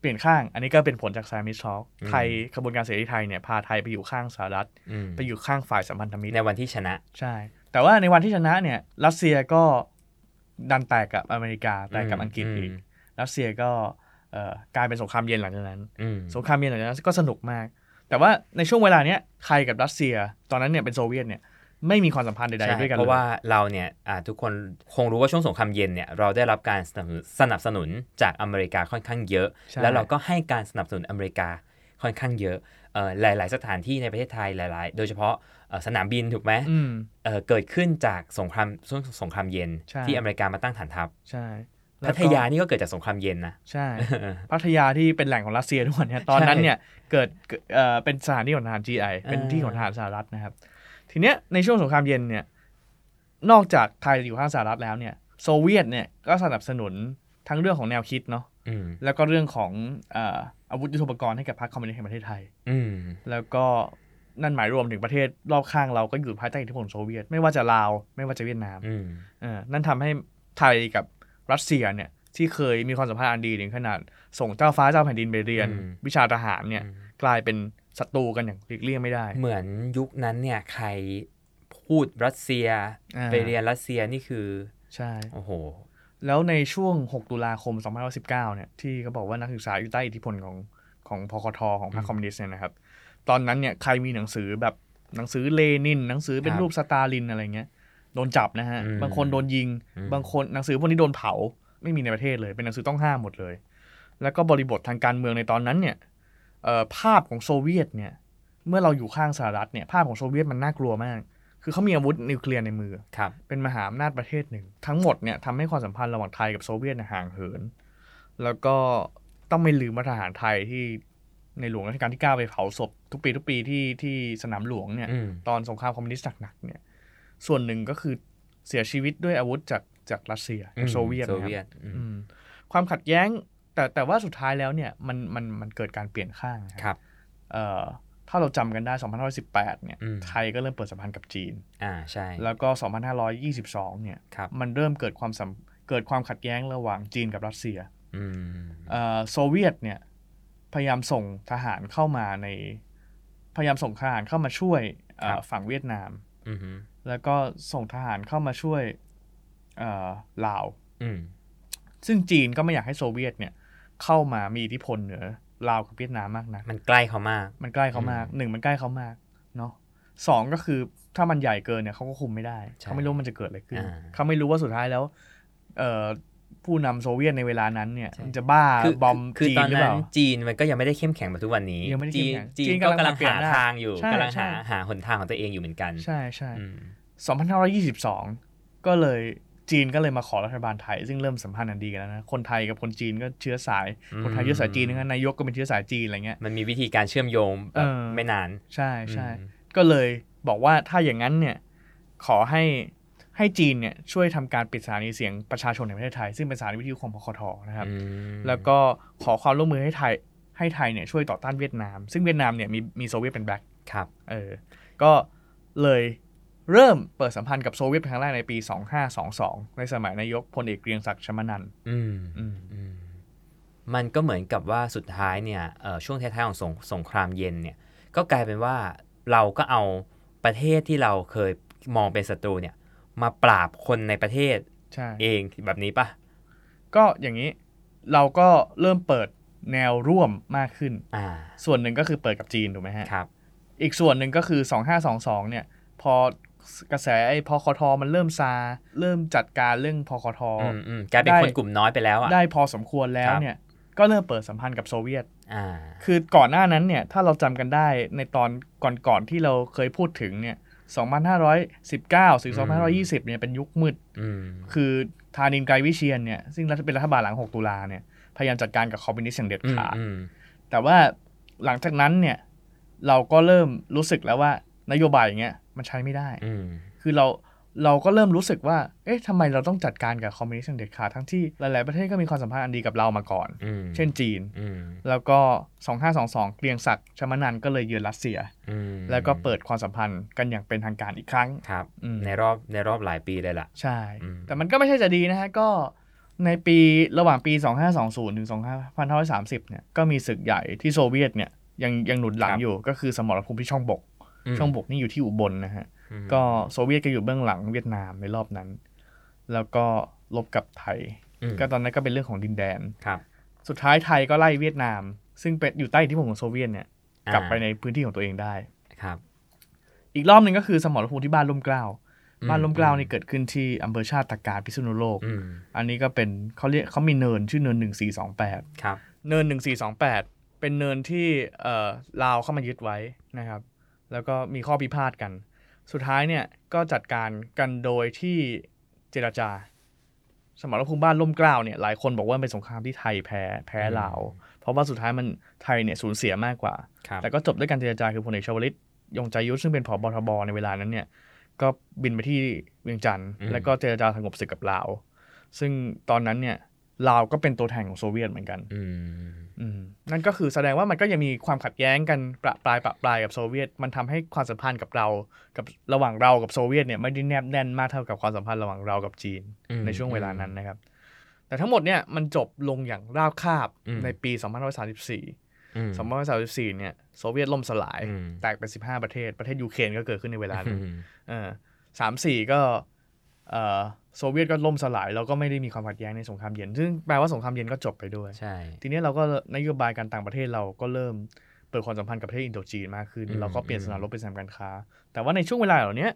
S2: เปลี่ยนข้าง อันนี้ก็เป็นผลจากไซมิชช็อกไทยขบวนการเสรีไทยเนี่ยพาไทยไปอยู่ข้างสหรัฐ
S3: อืม
S2: ไปอยู่ข้างฝ่ายสัมพันธมิตร
S3: ในวันที่ชนะ
S2: ใช่ แต่ว่าในวันที่ชนะเนี่ย รัสเซียก็ดันแตกกับอเมริกาแตกกับอังกฤษอีก รัสเซียก็เอ่อกลายเป็นสงครามเย็นหลังจากนั้น
S3: อืม
S2: สงครามเย็นหลังจากนั้นก็สนุกมาก แต่ว่าในช่วงเวลาเนี้ยไทยกับรัสเซีย ตอนนั้นเนี่ยเป็นโซเวียตเนี่ยไม่มีความสัมพันธ์ใด
S3: ใช่
S2: ๆด้วยกัน
S3: เพ
S2: เลย
S3: ราะว่าเราเนี่ยอ่าทุกคนคงรู้ว่าช่วงสงครามเย็นเนี่ยเราได้รับการสนับสนุนสนับสนุนจากอเมริกาค่อนข้างเยอะ
S2: ใช่
S3: แล้วเราก็ให้การสนับสนุนอเมริกาค่อนข้างเยอะเอ่อหลาย ๆ สถานที่ในประเทศไทยหลาย ๆ โดยเฉพาะเอ่อสนามบินถูกไหม
S2: อืม
S3: เอ่อเกิดขึ้นจากสงครามช่วงสงครามเย็น
S2: ใช่
S3: ที่อเมริกามาตั้งฐานทัพ
S2: ใช่แล้
S3: พั
S2: ว
S3: ท
S2: ก็
S3: ยานี่ก็เกิดจากสงครามเย็นนะ
S2: ใช่ พัทยาที่เป็นแหล่งของรัสเซียทุกวันเนี่ยตอนนั้นเนี่ยเกิดเกิดเอ่อเป็นสถานที่ของทหาร GI เป็น
S3: อ่า
S2: ที่ของทหารสหรัฐนะครับ ทีเนี้ยในช่วงสงครามเย็นเนี่ยนอกจากไทยอยู่ข้างสหรัฐแล้วเนี่ยโซเวียตเนี่ยก็สนับสนุนทั้งเรื่องของแนวคิดเนาะ
S3: อืม
S2: แล้วก็เรื่องของเอ่ออาวุธยุทโธปกรณ์ให้กับพรรคคอมมิวนิสต์แห่งประเทศไทย
S3: อืม
S2: แล้วก็นั่นหมายรวมถึงประเทศรอบข้างเราก็อยู่ภายใต้อิทธิพลของโซเวียต ไม่ว่าจะลาวไม่ว่าจะเวียดนาม
S3: อืม
S2: เออนั่นทำให้ไทยกับรัสเซียเนี่ยที่เคยมีความสัมพันธ์อันดีถึงขนาด ส่งเจ้าฟ้าเจ้าแผ่นดินไปเรียน วิชาทหารเนี่ยกลายเป็นศัตรูกันอย่างหลีกเลี่ยงไม่ได้
S3: เหมือนยุคนั้นเนี่ยใครพูดรัสเซีย
S2: อ่า
S3: ไปเรียนรัสเซียนี่คือ
S2: ใช่
S3: โอ้โห
S2: แล้วในช่วง 6 ตุลาคม 2019เนี่ยที่เขาบอกว่านักศึกษาอยู่ใต้อิทธิพลของของพคทของพรรคคอมมิวนิสต์เนี่ยนะครับ ตอนนั้นเนี่ยใครมีหนังสือแบบหนังสือเลนิน หนังสือเป็น
S3: ครับ
S2: รูปสตาลินอะไรเงี้ยโดนจับนะฮะ
S3: อืม
S2: บางคนโดนยิง
S3: อืม
S2: บางคนหนังสือพวกนี้โดนเผาไม่มีในประเทศเลย เป็นหนังสือต้องห้ามหมดเลย แล้วก็บริบททางการเมืองในตอนนั้นเนี่ยเอ่อภาพของโซเวียตเนี่ยเมื่อเราอยู่ข้างสหรัฐเนี่ยภาพของโซเวียตมันน่ากลัวมาก คือเขามีอาวุธนิวเคลียร์ในมือ
S3: ครับ
S2: เป็นมหาอำนาจประเทศหนึ่ง ทั้งหมดเนี่ยทำให้ความสัมพันธ์ระหว่างไทยกับโซเวียตเนี่ยห่างเหิน แล้วก็ต้องไม่ลืมว่าทหารไทยที่ในหลวงรัชกาลที่ 9 ไปเผาศพ ทุกปีทุกปีที่ที่สนามหลวงเนี่ย
S3: อืม
S2: ตอนสงครามคอมมิวนิสต์หนักๆเนี่ยส่วนหนึ่งก็คือเสียชีวิตด้วยอาวุธจากจากรัสเซียจากโซเวียต
S3: โซ
S2: นะค
S3: เวีย
S2: รับ
S3: ตอืม
S2: อืมความขัดแย้ง แต่แต่ว่าสุดท้ายแล้วเนี่ยมันมันมันเกิดการเปลี่ยนข้างนะ
S3: ค
S2: ครับ
S3: รับ
S2: เอ่อถ้าเราจำกันได้ 2518 เนี่ย
S3: อืม
S2: ไทยก็เริ่มเปิดสัมพันธ์กับจีน
S3: อ่าใช่
S2: แล้วก็ 2522 เนี่ย
S3: ครับ
S2: มันเริ่มเกิดความสัมเกิดความขัดแย้งระหว่างจีนกับรัสเซีย
S3: อืม
S2: เอ่อโซเวียตเนี่ยพยายามส่งทหารเข้ามาใน พยายามส่งทหารเข้ามาช่วยเอ่อฝั่งเวียดนาม
S3: อืมฮึ
S2: แล้วก็ส่งทหารเข้ามาช่วยเอ่อลาว
S3: อืม
S2: ซึ่งจีนก็ไม่อยากให้โซเวียตเนี่ยเข้ามามีอิทธิพลเหนือลาวกับเวียดนามมากนัก
S3: มันใกล้เขามาก
S2: มันใกล้เขามากหนึ่งมันใกล้เขามากเนาะสองก็คือถ้ามันใหญ่เกินเนี่ยเขาก็คุมไม่ได้
S3: ใช่
S2: เขาไม่รู้มันจะเกิดอะไรขึ้น
S3: อ่า
S2: เขาไม่รู้ว่าสุดท้ายแล้วเอ่อ ผู้นำโซเวียตในเวลานั้นเนี่ย
S3: ใช่
S2: มันจะบ้า
S3: คื
S2: บอม
S3: คือ
S2: จีน
S3: ตอน
S2: หรือ
S3: นั้
S2: เป
S3: น
S2: ล่า
S3: จีนมันก็ยังไม่ได้เข้มแข็งแบบทุกวันนี้
S2: ยังไม่ได้
S3: จี
S2: เข้ม
S3: น
S2: แข็ง
S3: จี
S2: จี
S3: น
S2: น
S3: ก็
S2: กำลัง
S3: กำลัง
S2: เปลี่ย
S3: หาน
S2: ได้
S3: ทางอยู่
S2: ใช่
S3: กำลัง
S2: ใช่
S3: หาหาหนทางของตัวเองอยู่เหมือนกัน
S2: ใช่ใช่
S3: อืม
S2: 2522 ก็เลยจีนก็เลยมาขอรัฐบาลไทย ซึ่งเริ่มสัมพันธ์กันดีกันแล้วนะคนไทยกับคนจีนก็เชื้อสายคนไทยเชื้อสายจีนนะนายกก็เป็นเชื้อสายจีนอะไรเงี้ย
S3: มันมีวิธีการเชื่อมโยงแบ
S2: เอบ อ
S3: ไม่นาน
S2: ใช่ใช่
S3: อืม
S2: ก็เลยบอกว่าถ้าอย่างนั้นเนี่ยขอให้ให้จีนเนี่ยช่วยทำการปิดสถานีเสียงประชาชนในประเทศไทย ซึ่งเป็นสถานีวิทยุของพคทนะครับ
S3: อืม
S2: แล้วก็ขอความร่วมมือให้ไทยให้ไทยเนี่ยช่วยต่อต้านเวียดนาม ซึ่งเวียดนามเนี่ยมีมีโซเวียตเป็นแบ็ค
S3: ครับ
S2: เออก็เลยเริ่มเปิดสัมพันธ์กับโซเวียตครั้งแรกในปี 2522 ในสมัยนายกพลเอกเกรียงศักดิ์ชมานันท์
S3: อืม
S2: อืม
S3: อืมมันก็เหมือนกับว่าสุดท้ายเนี่ยเอ่อช่วงท้ายๆของสงสงครามเย็นเนี่ย ก็กลายเป็นว่าเราก็เอาประเทศที่เราเคยมองเป็นศัตรูเนี่ย มาปราบคนในประเทศ
S2: ใช่
S3: เองแบบนี้ปะ
S2: ก็อย่างนี้เราก็เริ่มเปิดแนวร่วมมากขึ้น
S3: อ่า
S2: ส่วนหนึ่งก็คือเปิดกับจีนถูกไหมฮะ
S3: ครับ
S2: อีกส่วนหนึ่งก็คือ 2522 เนี่ย พอกระแสไอ้พคทมันเริ่มซา เริ่มจัดการเรื่องพคท
S3: อืมอืมกลายเป็น
S2: ได้
S3: คนกลุ่มน้อยไปแล้วอ่ะ
S2: ได้พอสมควรแล้ว
S3: ครับ
S2: เนี่ย ก็เริ่มเปิดสัมพันธ์กับโซเวียต
S3: อ่า
S2: คือก่อนหน้านั้นเนี่ย ถ้าเราจำกันได้ในตอนก่อนๆที่เราเคยพูดถึงเนี่ย 2519 ถึง
S3: อืม
S2: 2520 เนี่ยเป็นยุคมืด
S3: อืม
S2: คือธานินไกรวิเชียนเนี่ย ซึ่งรัฐเป็นรัฐบาลหลัง 6 ตุลาเนี่ย พยายามจัดการกับคอมมิวนิสต์อย่างเด็ด
S3: อืม
S2: ขาด
S3: อืม
S2: แต่ว่าหลังจากนั้นเนี่ยเราก็เริ่มรู้สึกแล้วว่านโยบายอย่างเงี้ยมันใช้ไม่ได้
S3: อืม
S2: คือเราเราก็เริ่มรู้สึกว่า เอ๊ะทำไมเราต้องจัดการกับคอมมิวนิสต์อย่างเด็ดขาดทั้งที่หลาย ๆ ประเทศก็มีความสัมพันธ์อันดีกับเรามาก่อน
S3: อืม
S2: เช่นจีน
S3: อืม
S2: แล้วก็ 2522 เกรียงศักดิ์ชมานันท์ก็เลยเยือนรัสเซีย
S3: อืม
S2: แล้วก็เปิดความสัมพันธ์กันอย่างเป็นทางการอีกครั้ง
S3: ครับ
S2: อืม
S3: ในรอบในรอบหลายปีเลยล่ะ
S2: ใช่
S3: อืม
S2: แต่มันก็ไม่ใช่จะดีนะฮะ ก็ในปีระหว่างปี 2520 ถึง 2530 เนี่ย ก็มีศึกใหญ่ที่โซเวียตเนี่ยยังยังหนุนหลังอยู่ ก็คือสมรภูมิที่ช่องบก
S3: ม
S2: ช่องบกนี่อยู่ที่อุบลนะฮะ
S3: อืม
S2: ก็โซเวียตก็อยู่เบื้องหลังเวียดนามในรอบนั้น แล้วก็ลบกับไทย
S3: อืม
S2: ก็ตอนนั้นก็เป็นเรื่องของดินแดน
S3: ครับ
S2: สุดท้ายไทยก็ไล่เวียดนาม ซึ่งเป็นอยู่ใต้อิที่ผมของโซเวียตเนี่ยกลับไป
S3: อ่า
S2: ในพื้นที่ของตัวเองได้
S3: ครับ
S2: อีกรอบหนึ่งก็คือสมรภูมิที่บ้านล่มเกล้า
S3: อื
S2: บ้านล่มเกล้านี่เกิดขึ้นที่อำเภอชาติตากาญพิษณุโลก
S3: อืม
S2: อันนี้ก็เป็นเขาเรียกเขามีเนินชื่อเนิน 1428
S3: ครับ
S2: เนิน 1428 เป็นเนินที่เอ่อลาวเข้ามายึดไว้นะครับ แล้วก็มีข้อพิพาทกัน สุดท้ายเนี่ยก็จัดการกันโดยที่เจรจา สมรภูมิบ้านล่มเกล้าเนี่ยหลายคนบอกว่าเป็นสงครามที่ไทยแพ้แพ้ลาวเพราะว่าสุดท้ายมันไทยเนี่ยสูญเสียมากกว่า
S3: ครับ
S2: แต่ก็จบด้วยการเจรจาคือพลเอกชวลิต ยงใจยุทธซึ่งเป็นผอบทบในเวลานั้นเนี่ย ก็บินไปที่เวียงจันทร์แล้วก็เจรจาสงบศึกกับลาว ซึ่งตอนนั้นเนี่ยลาวก็เป็นตัวแทนของโซเวียตเหมือนกัน
S3: อืม
S2: อืมนั่นก็คือแสดงว่ามันก็ยังมีความขัดแย้งกันประปรายประปรายกับโซเวียต มันทำให้ความสัมพันธ์กับเรากับระหว่างเรากับโซเวียตเนี่ยไม่ได้แนบแน่นมากเท่ากับความสัมพันธ์ระหว่างเรากับจีน
S3: อืม
S2: ในช่วงเวลานั้นนะครับ แต่ทั้งหมดเนี่ยมันจบลงอย่างราบคาบ
S3: อืม
S2: ในปี 2534
S3: อืม
S2: 2534เนี่ยโซเวียตล่มสลาย
S3: อืม
S2: แตกเป็น 15 ประเทศประเทศยูเครนก็เกิดขึ้นในเวลานั้น
S3: อืม
S2: เออสามสี่ก็เออโซเวียตก็ล่มสลาย แล้วก็ไม่ได้มีความขัดแย้งในสงครามเย็น ซึ่งแปลว่าสงครามเย็นก็จบไปด้วย
S3: ใช่
S2: ทีเนี้ยเราก็นโยบายการต่างประเทศเราก็เริ่มเปิดความสัมพันธ์กับประเทศอินโดจีนมากขึ้น
S3: อืม
S2: เราก็เปลี่ยนสนามรบเป็นสนามการค้า แต่ว่าในช่วงเวลาเหล่าเนี้ย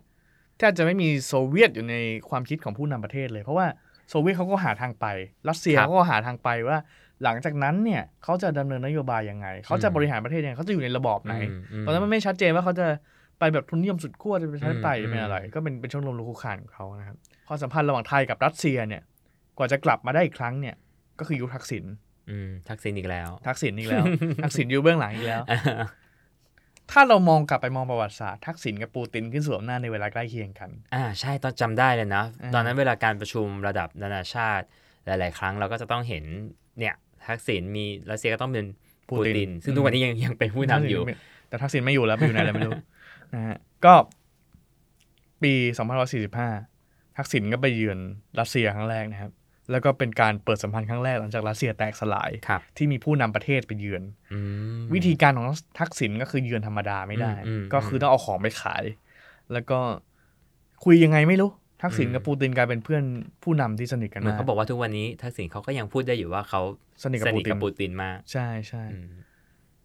S2: แทบจะไม่มีโซเวียตอยู่ในความคิดของผู้นำประเทศเลย เพราะว่าโซเวียตเขาก็หาทางไป รัสเซียเขาก็หาทางไปว่า หลังจากนั้นเนี่ยเขาจะดำเนินนโยบายยังไง เขาจะบริหารประเทศยังไงเขาจะอยู่ในระบอบไหน ตอนนั้นมันไม่ชัดเจนว่าเขาจะไปแบบทุนนิยมสุดขั้วจะเป็นประชาธิปไตย
S3: อืม
S2: จะเป็นอะไร
S3: อืม
S2: ก็เป็นเป็นช่วงลมรูคูขานของเขานะครับความสัมพันธ์ระหว่างไทยกับรัสเซียเนี่ยกว่าจะกลับมาได้อีกครั้งเนี่ยก็คือยุคทักษิณ
S3: อืมทักษิณอีกแล้ว
S2: ทักษิณอีกแล้ว ทักษิณอยู่เบื้องหลังอีกแล้ว ถ้าเรามองกลับไปมองประวัติศาสตร์ทักษิณกับปูตินขึ้นสู่อำนาจในเวลาใกล้เคียงกัน
S3: อ่าใช่ตอนจำได้เลยนะ
S2: อ่า
S3: ตอนนั้นเวลาการประชุมระดับนานาชาติหลาย ๆ ครั้งเราก็จะต้องเห็นเนี่ยทักษิณมีรัสเซียก็ต้องเป็นปูติน ซึ่งทุกวันนี้ยังยังเป็นผู้นำอยู่
S2: แต่ทักษิณไม่อยู่แล้วไปอยู่ไหนแล้วไม่รู้ นะฮะก็ปี 2545 ทักษิณก็ไปเยือนรัสเซียครั้งแรกนะครับ แล้วก็เป็นการเปิดสัมพันธ์ครั้งแรกหลังจากรัสเซียแตกสลาย
S3: ครับ
S2: ที่มีผู้นำประเทศไปเยือน
S3: อืม
S2: วิธีการของทักษิณก็คือเยือนธรรมดาไม่ได้
S3: อืมอืม
S2: ก็คือต้องเอาของไปขาย แล้วก็คุยยังไงไม่รู้ ทักษิณ
S3: อืม
S2: กับปูตินกลายเป็นเพื่อนผู้นำที่สนิทกัน
S3: เหมือ
S2: มาน ก
S3: เขาบอกว่าทุกวันนี้ทักษิณเขาก็ยังพูดได้อยู่ว่าเขา
S2: สนิท
S3: ส
S2: กับปู
S3: นิท
S2: ติ
S3: กัน บปูตินมาก
S2: ใช่ใช่
S3: อืม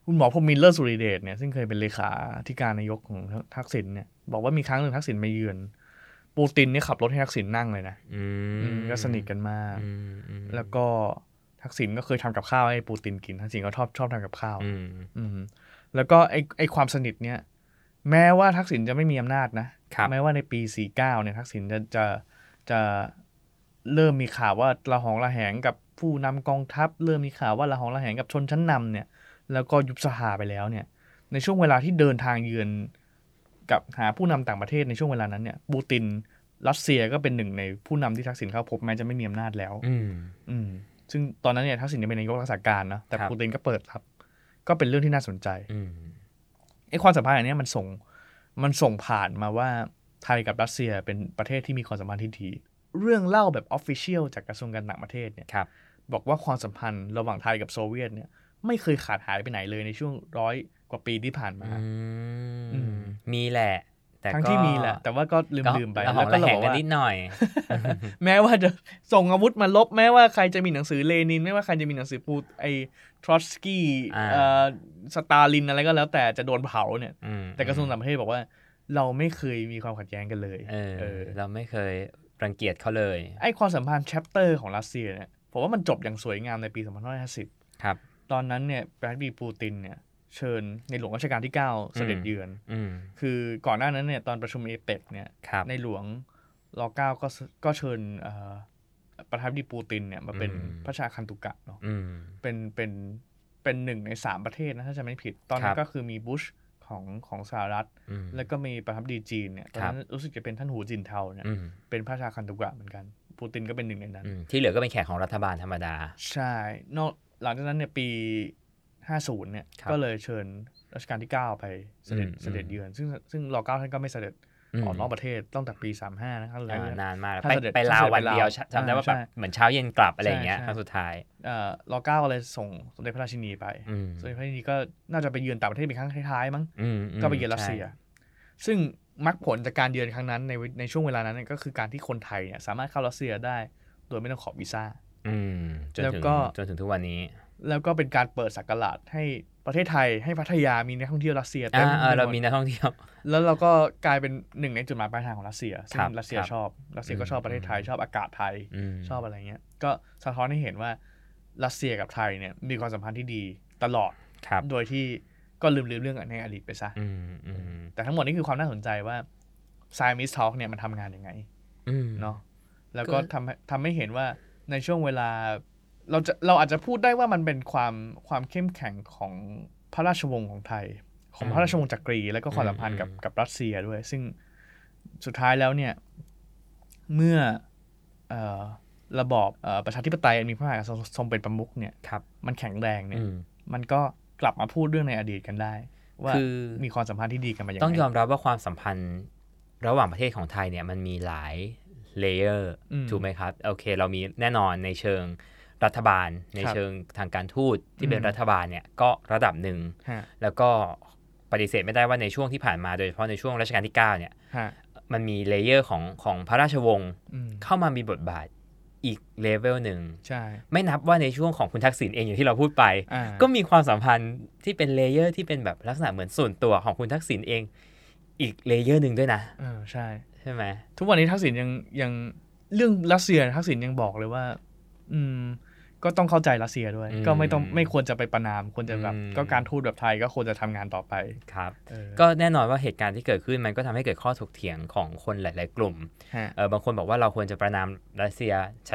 S2: คุณหมอพรหมมินเลอร์สุริเดชเนี่ยซึ่งเคยเป็นเลขาธิการนายกของทักษิณเนี่ยบอกว่ามีครั้งหนึ่งทักษิณมาเยือน ปูตินเนี่ยขับรถให้ทักษิณนั่งเลยนะ
S3: อืม
S2: ก็สนิทกันมาก
S3: อืมอืม
S2: แล้วก็ทักษิณก็เคยทำกับข้าวให้ปูตินกินทักษิณก็ชอบชอบทำกับข้าว
S3: อืม
S2: อืมแล้วก็ไอไอความสนิทเนี่ย แม้ว่าทักษิณจะไม่มีอำนาจนะ
S3: ครับ
S2: แม้ว่าในปี 49 เนี่ยทักษิณจะจะจะเริ่มมีข่าวว่าระหองระแหงกับผู้นำกองทัพ เริ่มมีข่าวว่าระหองระแหงกับชนชั้นนำเนี่ย แล้วก็ยุบสภาไปแล้วเนี่ย ในช่วงเวลาที่เดินทางเยือนกับหาผู้นำต่างประเทศในช่วงเวลานั้นเนี่ยปูตินรัสเซียก็เป็นหนึ่งในผู้นำที่ทักษิณเข้าพบแม้จะไม่มีอำนาจแล้ว
S3: อืม
S2: อืมซึ่งตอนนั้นเนี่ยทักษิณยังเป็นนายกรักษาการนะแต่
S3: ครับ
S2: ปูตินก็เปิดรับ ก็เป็นเรื่องที่น่าสนใจ
S3: อืม
S2: ไอ้ความสัมพันธ์อันเนี้ยมันส่งมันส่งผ่านมาว่าไทยกับรัสเซียเป็นประเทศที่มีความสัมพันธ์ที่ดี เรื่องเล่าแบบออฟฟิเชียลจากกระทรวงการต่างประเทศเนี่ย
S3: ครับ
S2: บอกว่าความสัมพันธ์ระหว่างไทยกับโซเวียตเนี่ยไม่เคยขาดหายไปไหนเลยในช่วงร้อยกว่าปีที่ผ่านมา
S3: อื
S2: อื
S3: ม
S2: ม
S3: มีแหละ แต่
S2: ทั้งที่มีแหละ แต่ว่าก็ลืมลืมๆไป
S3: แล้วก็
S2: ก็
S3: ระแหง
S2: บอก
S3: กัน
S2: ว่า
S3: นิดหน่อย
S2: แม้ว่าจะ ส่งอาวุธมาลบแม้ว่าใครจะมีหนังสือเลนินไม่ว่าใครจะมีหนังสือปูไอทรอตสกี้
S3: อ่า
S2: เอ่อสตาลินอะไรก็แล้วแต่จะโดนเผาเนี่ย
S3: อืม
S2: แต่กระทรวงต่างประเทศบอกว่า เราไม่เคยมีความขัดแย้งกันเลย
S3: เออ
S2: เออ
S3: เราไม่เคยรังเกียจเขาเลย
S2: ไอความสัมพันธ์แชปเตอร์ของรัสเซียเนี่ยผมว่ามันจบอย่างสวยงามในปี
S3: ครับ
S2: 2550 ตอนนั้นเนี่ยแบรดบีปูตินเนี่ยเชิญในหลวงรัชกาลที่ 9 เสด็จเยือน
S3: อืม
S2: คือก่อนหน้านั้นเนี่ยตอนประชุมเอเปกเนี่ย
S3: ครับ
S2: ในหลวงรอเก้าก็เสก็เชิญเอ่อประธานาธิบดีปูตินเนี่ยมาเป็น
S3: อืม
S2: พระชาคันตุกะเนาะ
S3: อืม
S2: เป็นเป็นเป็นหนึ่งในสามประเทศนะถ้าจะไม่ผิด ตอนนั้
S3: ครั
S2: น
S3: บ
S2: ก็คือมีบุชของของสหรัฐ
S3: อืม
S2: แล้วก็มีประธานาธิบดีจีนเนี่ยตอนนั้น
S3: ครับ
S2: รู้สึกจะเป็นท่านหูจินเทาเนี่ย
S3: อืม
S2: เป็นพระชาคันตุกะเหมือนกันปูตินก็เป็นหนึ่งในนั้น
S3: อืมที่เหลือก็เป็นแขกของรัฐบาลธรรมดา
S2: ใช่ นอกหลังจากนั้นเนี่ยปี 50 เนี่ย
S3: ครับ
S2: ก็เลยเชิญรัชกาลที่ 9 ไปเสด็จ
S3: อืม
S2: เสด็จเยือน ซึ่งซึ่งรอเก้าท่านก็ไม่เสด็จ
S3: ม
S2: ออกนอกประเทศตั้งแต่ปี 35 นะครับแล้ว
S3: อ่านานมาก
S2: ถ้า
S3: ไป
S2: เสด็จ
S3: ไปลาววันเดียว
S2: ถ้าเสด็จไปลาว
S3: จำได้ว่าแบบ
S2: ใช่
S3: เหมือนเช้าเย็นกลับอะไรอย่างเงี้ย
S2: ใช่
S3: ครั้งสุดท้าย
S2: เอ่อรอเก้าก็เลยส่งสมเด็จพระราชินีไป
S3: อืม
S2: สมเด็จพระราชินีก็น่าจะไปเยือนต่างประเทศเป็นครั้งท้ายๆมั้ง
S3: อืมม
S2: ก็ไปเยือนรัสเซีย
S3: ใช่
S2: ซึ่งมรรคผลจากการเยือนครั้งนั้นในในช่วงเวลานั้นเนยก็คือการที่คนไทยเนี่ยสามารถเข้ารัสเซียได้ โดยไม่ต้องขอวีซ่า
S3: อืมจน
S2: แล้ว
S3: ถึง
S2: ก็
S3: จนถึงทุกวันนี้
S2: แล้วก็เป็นการเปิดสักราชให้ประเทศไทยให้พัทยามีนักท่องเที่ยวรัสเซีย
S3: อ่า
S2: เต็มไปห
S3: เออเรา
S2: มด
S3: มีนักท่องเที่ยว
S2: แล้วเราก็กลายเป็นหนึ่งในจุดหมายปลายทางของรัสเซีย ซึ่
S3: ครั
S2: ง
S3: บ
S2: รัสเซีย
S3: ครับ
S2: ชอบ รัสเซียก็ชอบประเทศไทย
S3: อืม
S2: ชอบอากาศไทย
S3: ม
S2: ชอบอะไรเงี้ย ก็สะท้อนให้เห็นว่ารัสเซียกับไทยเนี่ยมีความสัมพันธ์ที่ดีตลอด
S3: ครับ
S2: โดยที่ก็ลืมลืมเรื่องในอดีตไปซะ
S3: อืมอืม
S2: แต่ทั้งหมดนี่คือความน่าสนใจว่าไซมิสทอ l k เนี่ยมันทำงานยังไง
S3: อืม
S2: เนาะ แล้วก็
S3: ก็
S2: ทำให้ทำให้เห็นว่าในช่วงเวลาเราจะเราอาจจะพูดได้ว่ามันเป็นความความเข้มแข็งของพระราชวงศ์ของไทย ของพระราชวงศ์จักรี แล้วก็ความสัมพันธ์กับกับรัสเซียด้วย ซึ่งสุดท้ายแล้วเนี่ย เมื่อเอ่อระบอบเอ่อประชาธิปไตยอันมีพระมหากษัตริย์ทรงเป็นประมุขเนี่ย
S3: ครับ
S2: มันแข็งแรงเนี่ย
S3: อืม
S2: มันก็กลับมาพูดเรื่องในอดีตกันได้ ว่า
S3: คือ
S2: มีความสัมพันธ์ที่ดีกันมาอย่าง
S3: ต้อง
S2: ไร
S3: ยอมรับว่าความสัมพันธ์ระหว่างประเทศของไทยเนี่ยมันมีหลายเลเยอร์
S2: อืม
S3: ถูกไหมครับ โอเค เรามีแน่นอนในเชิงรัฐบาล ใน
S2: ครับ
S3: เชิงทางการทูตที่เป็น
S2: อืม
S3: รัฐบาลเนี่ยก็ระดับหนึ่ง
S2: ฮะ
S3: แล้วก็ปฏิเสธไม่ได้ว่าในช่วงที่ผ่านมาโดยเฉพาะในช่วงรัชกาลที่ 9 เนี่ย
S2: ฮะ
S3: มันมีเลเยอร์ของของพระราชวงศ์
S2: อืม
S3: เข้ามามีบทบาทอีกเลเวลหนึ่ง
S2: ใช่
S3: ไม่นับว่าในช่วงของคุณทักษิณเองอย่างที่เราพูดไป
S2: อ่า
S3: ก็มีความสัมพันธ์ที่เป็นเลเยอร์ที่เป็นแบบลักษณะเหมือนส่วนตัวของคุณทักษิณเอง อีกเลเยอร์หนึ่งด้วยนะ
S2: เออใช่
S3: ใช่ไหม
S2: ทุกวันนี้ทักษิณยังยังเรื่องรัสเซียทักษิณยังบอกเลยว่า อืม ก็ต้องเข้าใจรัสเซียด้วย
S3: อืม
S2: ก็ไม่ต้องไม่ควรจะไปประนามควรจะแบบ
S3: อืม
S2: ก็การทูตแบบไทยก็ควรจะทำงานต่อไป
S3: ครับ
S2: เออ
S3: ก็แน่นอนว่าเหตุการณ์ที่เกิดขึ้นมันก็ทำให้เกิดข้อถกเถียงของคนหลาย ๆ กลุ่ม
S2: ฮะ
S3: เออบางคนบอกว่าเราควรจะประนามรัสเซีย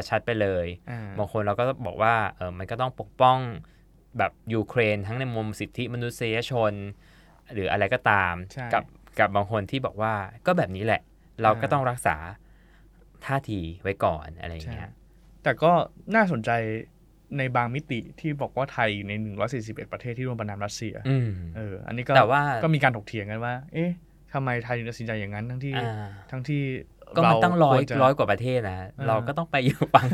S3: ชัดๆไปเลย
S2: อ่า
S3: บางคนเราก็บอกว่าเออมันก็ต้องปกป้องแบบยูเครนทั้งในมุมสิทธิมนุษยชน หรืออะไรก็ตาม
S2: ใช่
S3: กับกับบางคนที่บอกว่าก็แบบนี้แหละ เราก็
S2: อ่า
S3: ต้องรักษาท่าทีไว้ก่อนอะไรอย่าง
S2: ใช่
S3: เงี้ย
S2: แต่ก็น่าสนใจในบางมิติที่บอกว่าไทยอยู่ใน 141 ประเทศที่ร่วมประนามรัสเซีย
S3: อืม
S2: เอออันนี้ก็
S3: แต่ว่า
S2: ก็มีการถกเถียงกันว่า เอ๊ะทำไมไทยถึงตัดสินใจอย่างนั้นทั้งที่
S3: อ่า
S2: ทั้งที่
S3: ก็มัน
S2: เา
S3: ตั้งร้อย
S2: ควจะ
S3: ร้อยกว่าประเทศนะ
S2: อ่า
S3: เราก็ต้องไปอยู่ฟั ง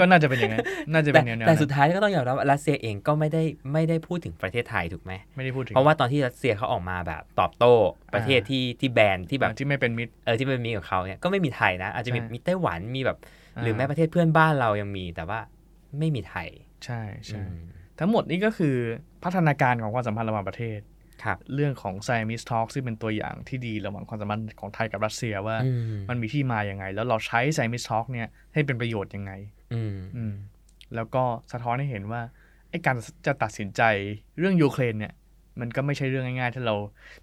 S2: ก็น่าจะเป็นอย่างนั้นน่าจะเป็
S3: แต่
S2: นแนวๆ
S3: แต่
S2: นั้น
S3: สุดท้ายก็ต้องยอมรับว่ารัสเซียเองก็ไม่ได้ไม่ได้พูดถึงประเทศไทยถูกไหม
S2: ไม่ได้พูดถึง
S3: เพราะว่าตอนที่รัสเซียเขาออกมาแบบตอบโต้ประเทศที่ที่แบนที่แบบ
S2: ที่ไม่เป็นมิตร
S3: เออที่เป็นมีกับเขาเนี่ยก็ไม่มีไทยนะ อาจจะมี
S2: ใช่
S3: มีไต้หวันมีแบบ หรือแม้
S2: อ่า
S3: ประเทศเพื่อนบ้านเรายังมีแต่ว่าไม่มีไทย
S2: ใช่ใช่
S3: อืม
S2: ทั้งหมดนี้ก็คือพัฒนาการของความสัมพันธ์ระหว่างประเทศ
S3: ครับ
S2: เรื่องของ s ซมิสทอ l k ซึ่งเป็นตัวอย่างที่ดีระหว่างความสัมพันธ์ของไทยกับรัสเซียว่า
S3: อืม
S2: มันมีที่มาอย่างไง แล้วเราใช้ s ซมิสทอ l k เนี่ยให้เป็นประโยชน์ยังไง
S3: อืม
S2: อืมแล้วก็สะท้อนให้เห็นว่าไอ้การจะตัดสินใจเรื่องยูเครนเนี่ย มันก็ไม่ใช่เรื่องง่ายๆ ถ้าเรา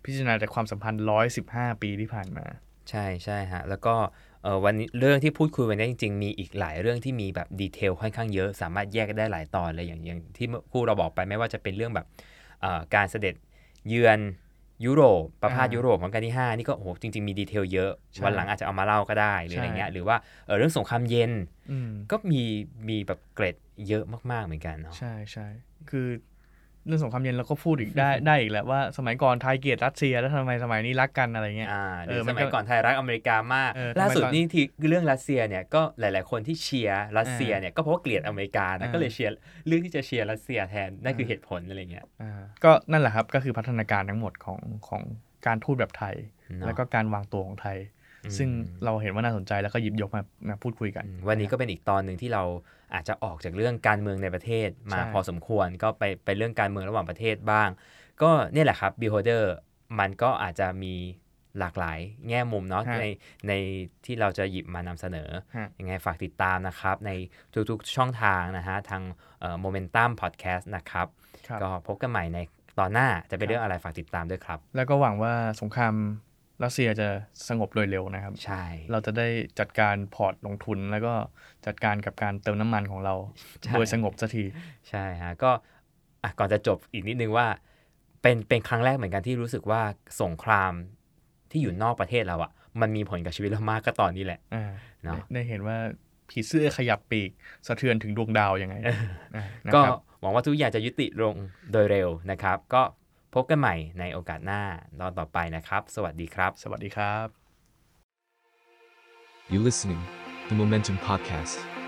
S2: พิจารณาจากความสัมพันธ์ 115 ปีที่ผ่านมา
S3: ใช่ใช่ฮะ แล้วก็เอ่อวันนี้เรื่องที่พูดคุยวันนี้จริง ๆ มีอีกหลายเรื่องที่มีแบบดีเทลค่อนข้างเยอะ สามารถแยกได้หลายตอนเลยอย่างอย่างที่เมื่อครู่เราบอกไปไม่ว่าจะเป็นเรื่องแบบเอ่อการเสด็จเยือนยุโรปประพาส
S2: อ่ายุ
S3: ยุโรปของการที่ 5 นี่ก็โอ้โหจริง ๆ มีดีเทลเยอะ
S2: ใช่
S3: วันหลังอาจจะเอามาเล่าก็ได้หรืออะไร
S2: ใช่
S3: เงี้ยหรือว่าเอ่อเรื่องสงครามเย็น
S2: อืม
S3: ก็มีมีแบบเกร็ดเยอะมากๆเหมือนกันเนาะ
S2: ใช่ใช่คือเรื่องสงครามเย็นเราก็พูดอีกได้ ได้อีกแหละว่าสมัยก่อนไทยเกลียดรัสเซียแล้วทำไมสมัยนี้รักกันอะไรเงี้ย
S3: อ่าห
S2: เอ
S3: รืออ
S2: มั
S3: ส
S2: นก็
S3: มัยก่อนไทยรักอเมริกามาก
S2: เออ
S3: ล่าสุด
S2: ทำไมตอน
S3: นี่ที่เรื่องรัสเซียเนี่ยก็หลาย ๆ คนที่เชียร์รัสเซีย
S2: อ่า
S3: เนี่ยก็เพราะว่าเกลียดอเมริกานะ
S2: อ่า
S3: ก็เลยเชียร์เรื่องที่จะเชียร์รัสเซียแทนนั่นคืออา เหตุผลอะไรเงี้ย
S2: อ่าก็นั่นแหละครับ ก็คือพัฒนาการทั้งหมดของของการทูตแบบไทย
S3: เนาะ
S2: แล้วก็การวางตัวของไทย
S3: อืม
S2: ซึ่งเราเห็นว่าน่าสนใจแล้วก็หยิบยกมามาพูดคุยกัน
S3: อืมวันนี้ก็เป็นอีกตอนหนึ่งที่เราอาจจะออกจากเรื่องการเมืองในประเทศมา
S2: ใช่
S3: พอสมควรก็ไปไปเรื่องการเมืองระหว่างประเทศบ้าง ก็เนี่ยแหละครับ beholder มันก็อาจจะมีหลากหลายแง่มุมเนาะ
S2: ฮะ
S3: ในในที่เราจะหยิบมานำเสนอ
S2: ฮะ
S3: ยังไงฝากติดตามนะครับ ในทุกๆช่องทางนะฮะ ทางโมเมนตัมพอดแคสต์นะครับ
S2: ครับ
S3: ก็พบกันใหม่ในตอนหน้าจะเป็
S2: ค
S3: น
S2: รับ
S3: เรื่องอะไรฝากติดตามด้วยครับ
S2: แล้วก็หวังว่าสงครามรัสเซียจะสงบโดยเร็วนะครับ
S3: ใช่
S2: เราจะได้จัดการพอร์ตลงทุน แล้วก็จัดการกับการเติมน้ำมันของเรา
S3: ใช่
S2: โดยสงบสักที
S3: ใช่ฮะก็อ่ะก่อนจะจบอีกนิดนึงว่า เป็นเป็นครั้งแรกเหมือนกันที่รู้สึกว่าสงครามที่อยู่นอกประเทศเราอะ่ะ มันมีผลกับชีวิตเรามากก็ตอนนี้แหละ
S2: อ่า
S3: เนาะ
S2: ได้ได้เห็นว่าผีเสื้อขยับปีกสะเทือนถึงดวงดาวยังไงอ่านะ
S3: ก็
S2: ครับ
S3: หวังว่าทุกอย่างจะยุติลงโดยเร็วนะครับ ก็พบกันใหม่ในโอกาสหน้าตอนต่อไปนะครับ สวัสดีครับ
S2: สวัสดีครับ
S1: You listening, the Momentum Podcast.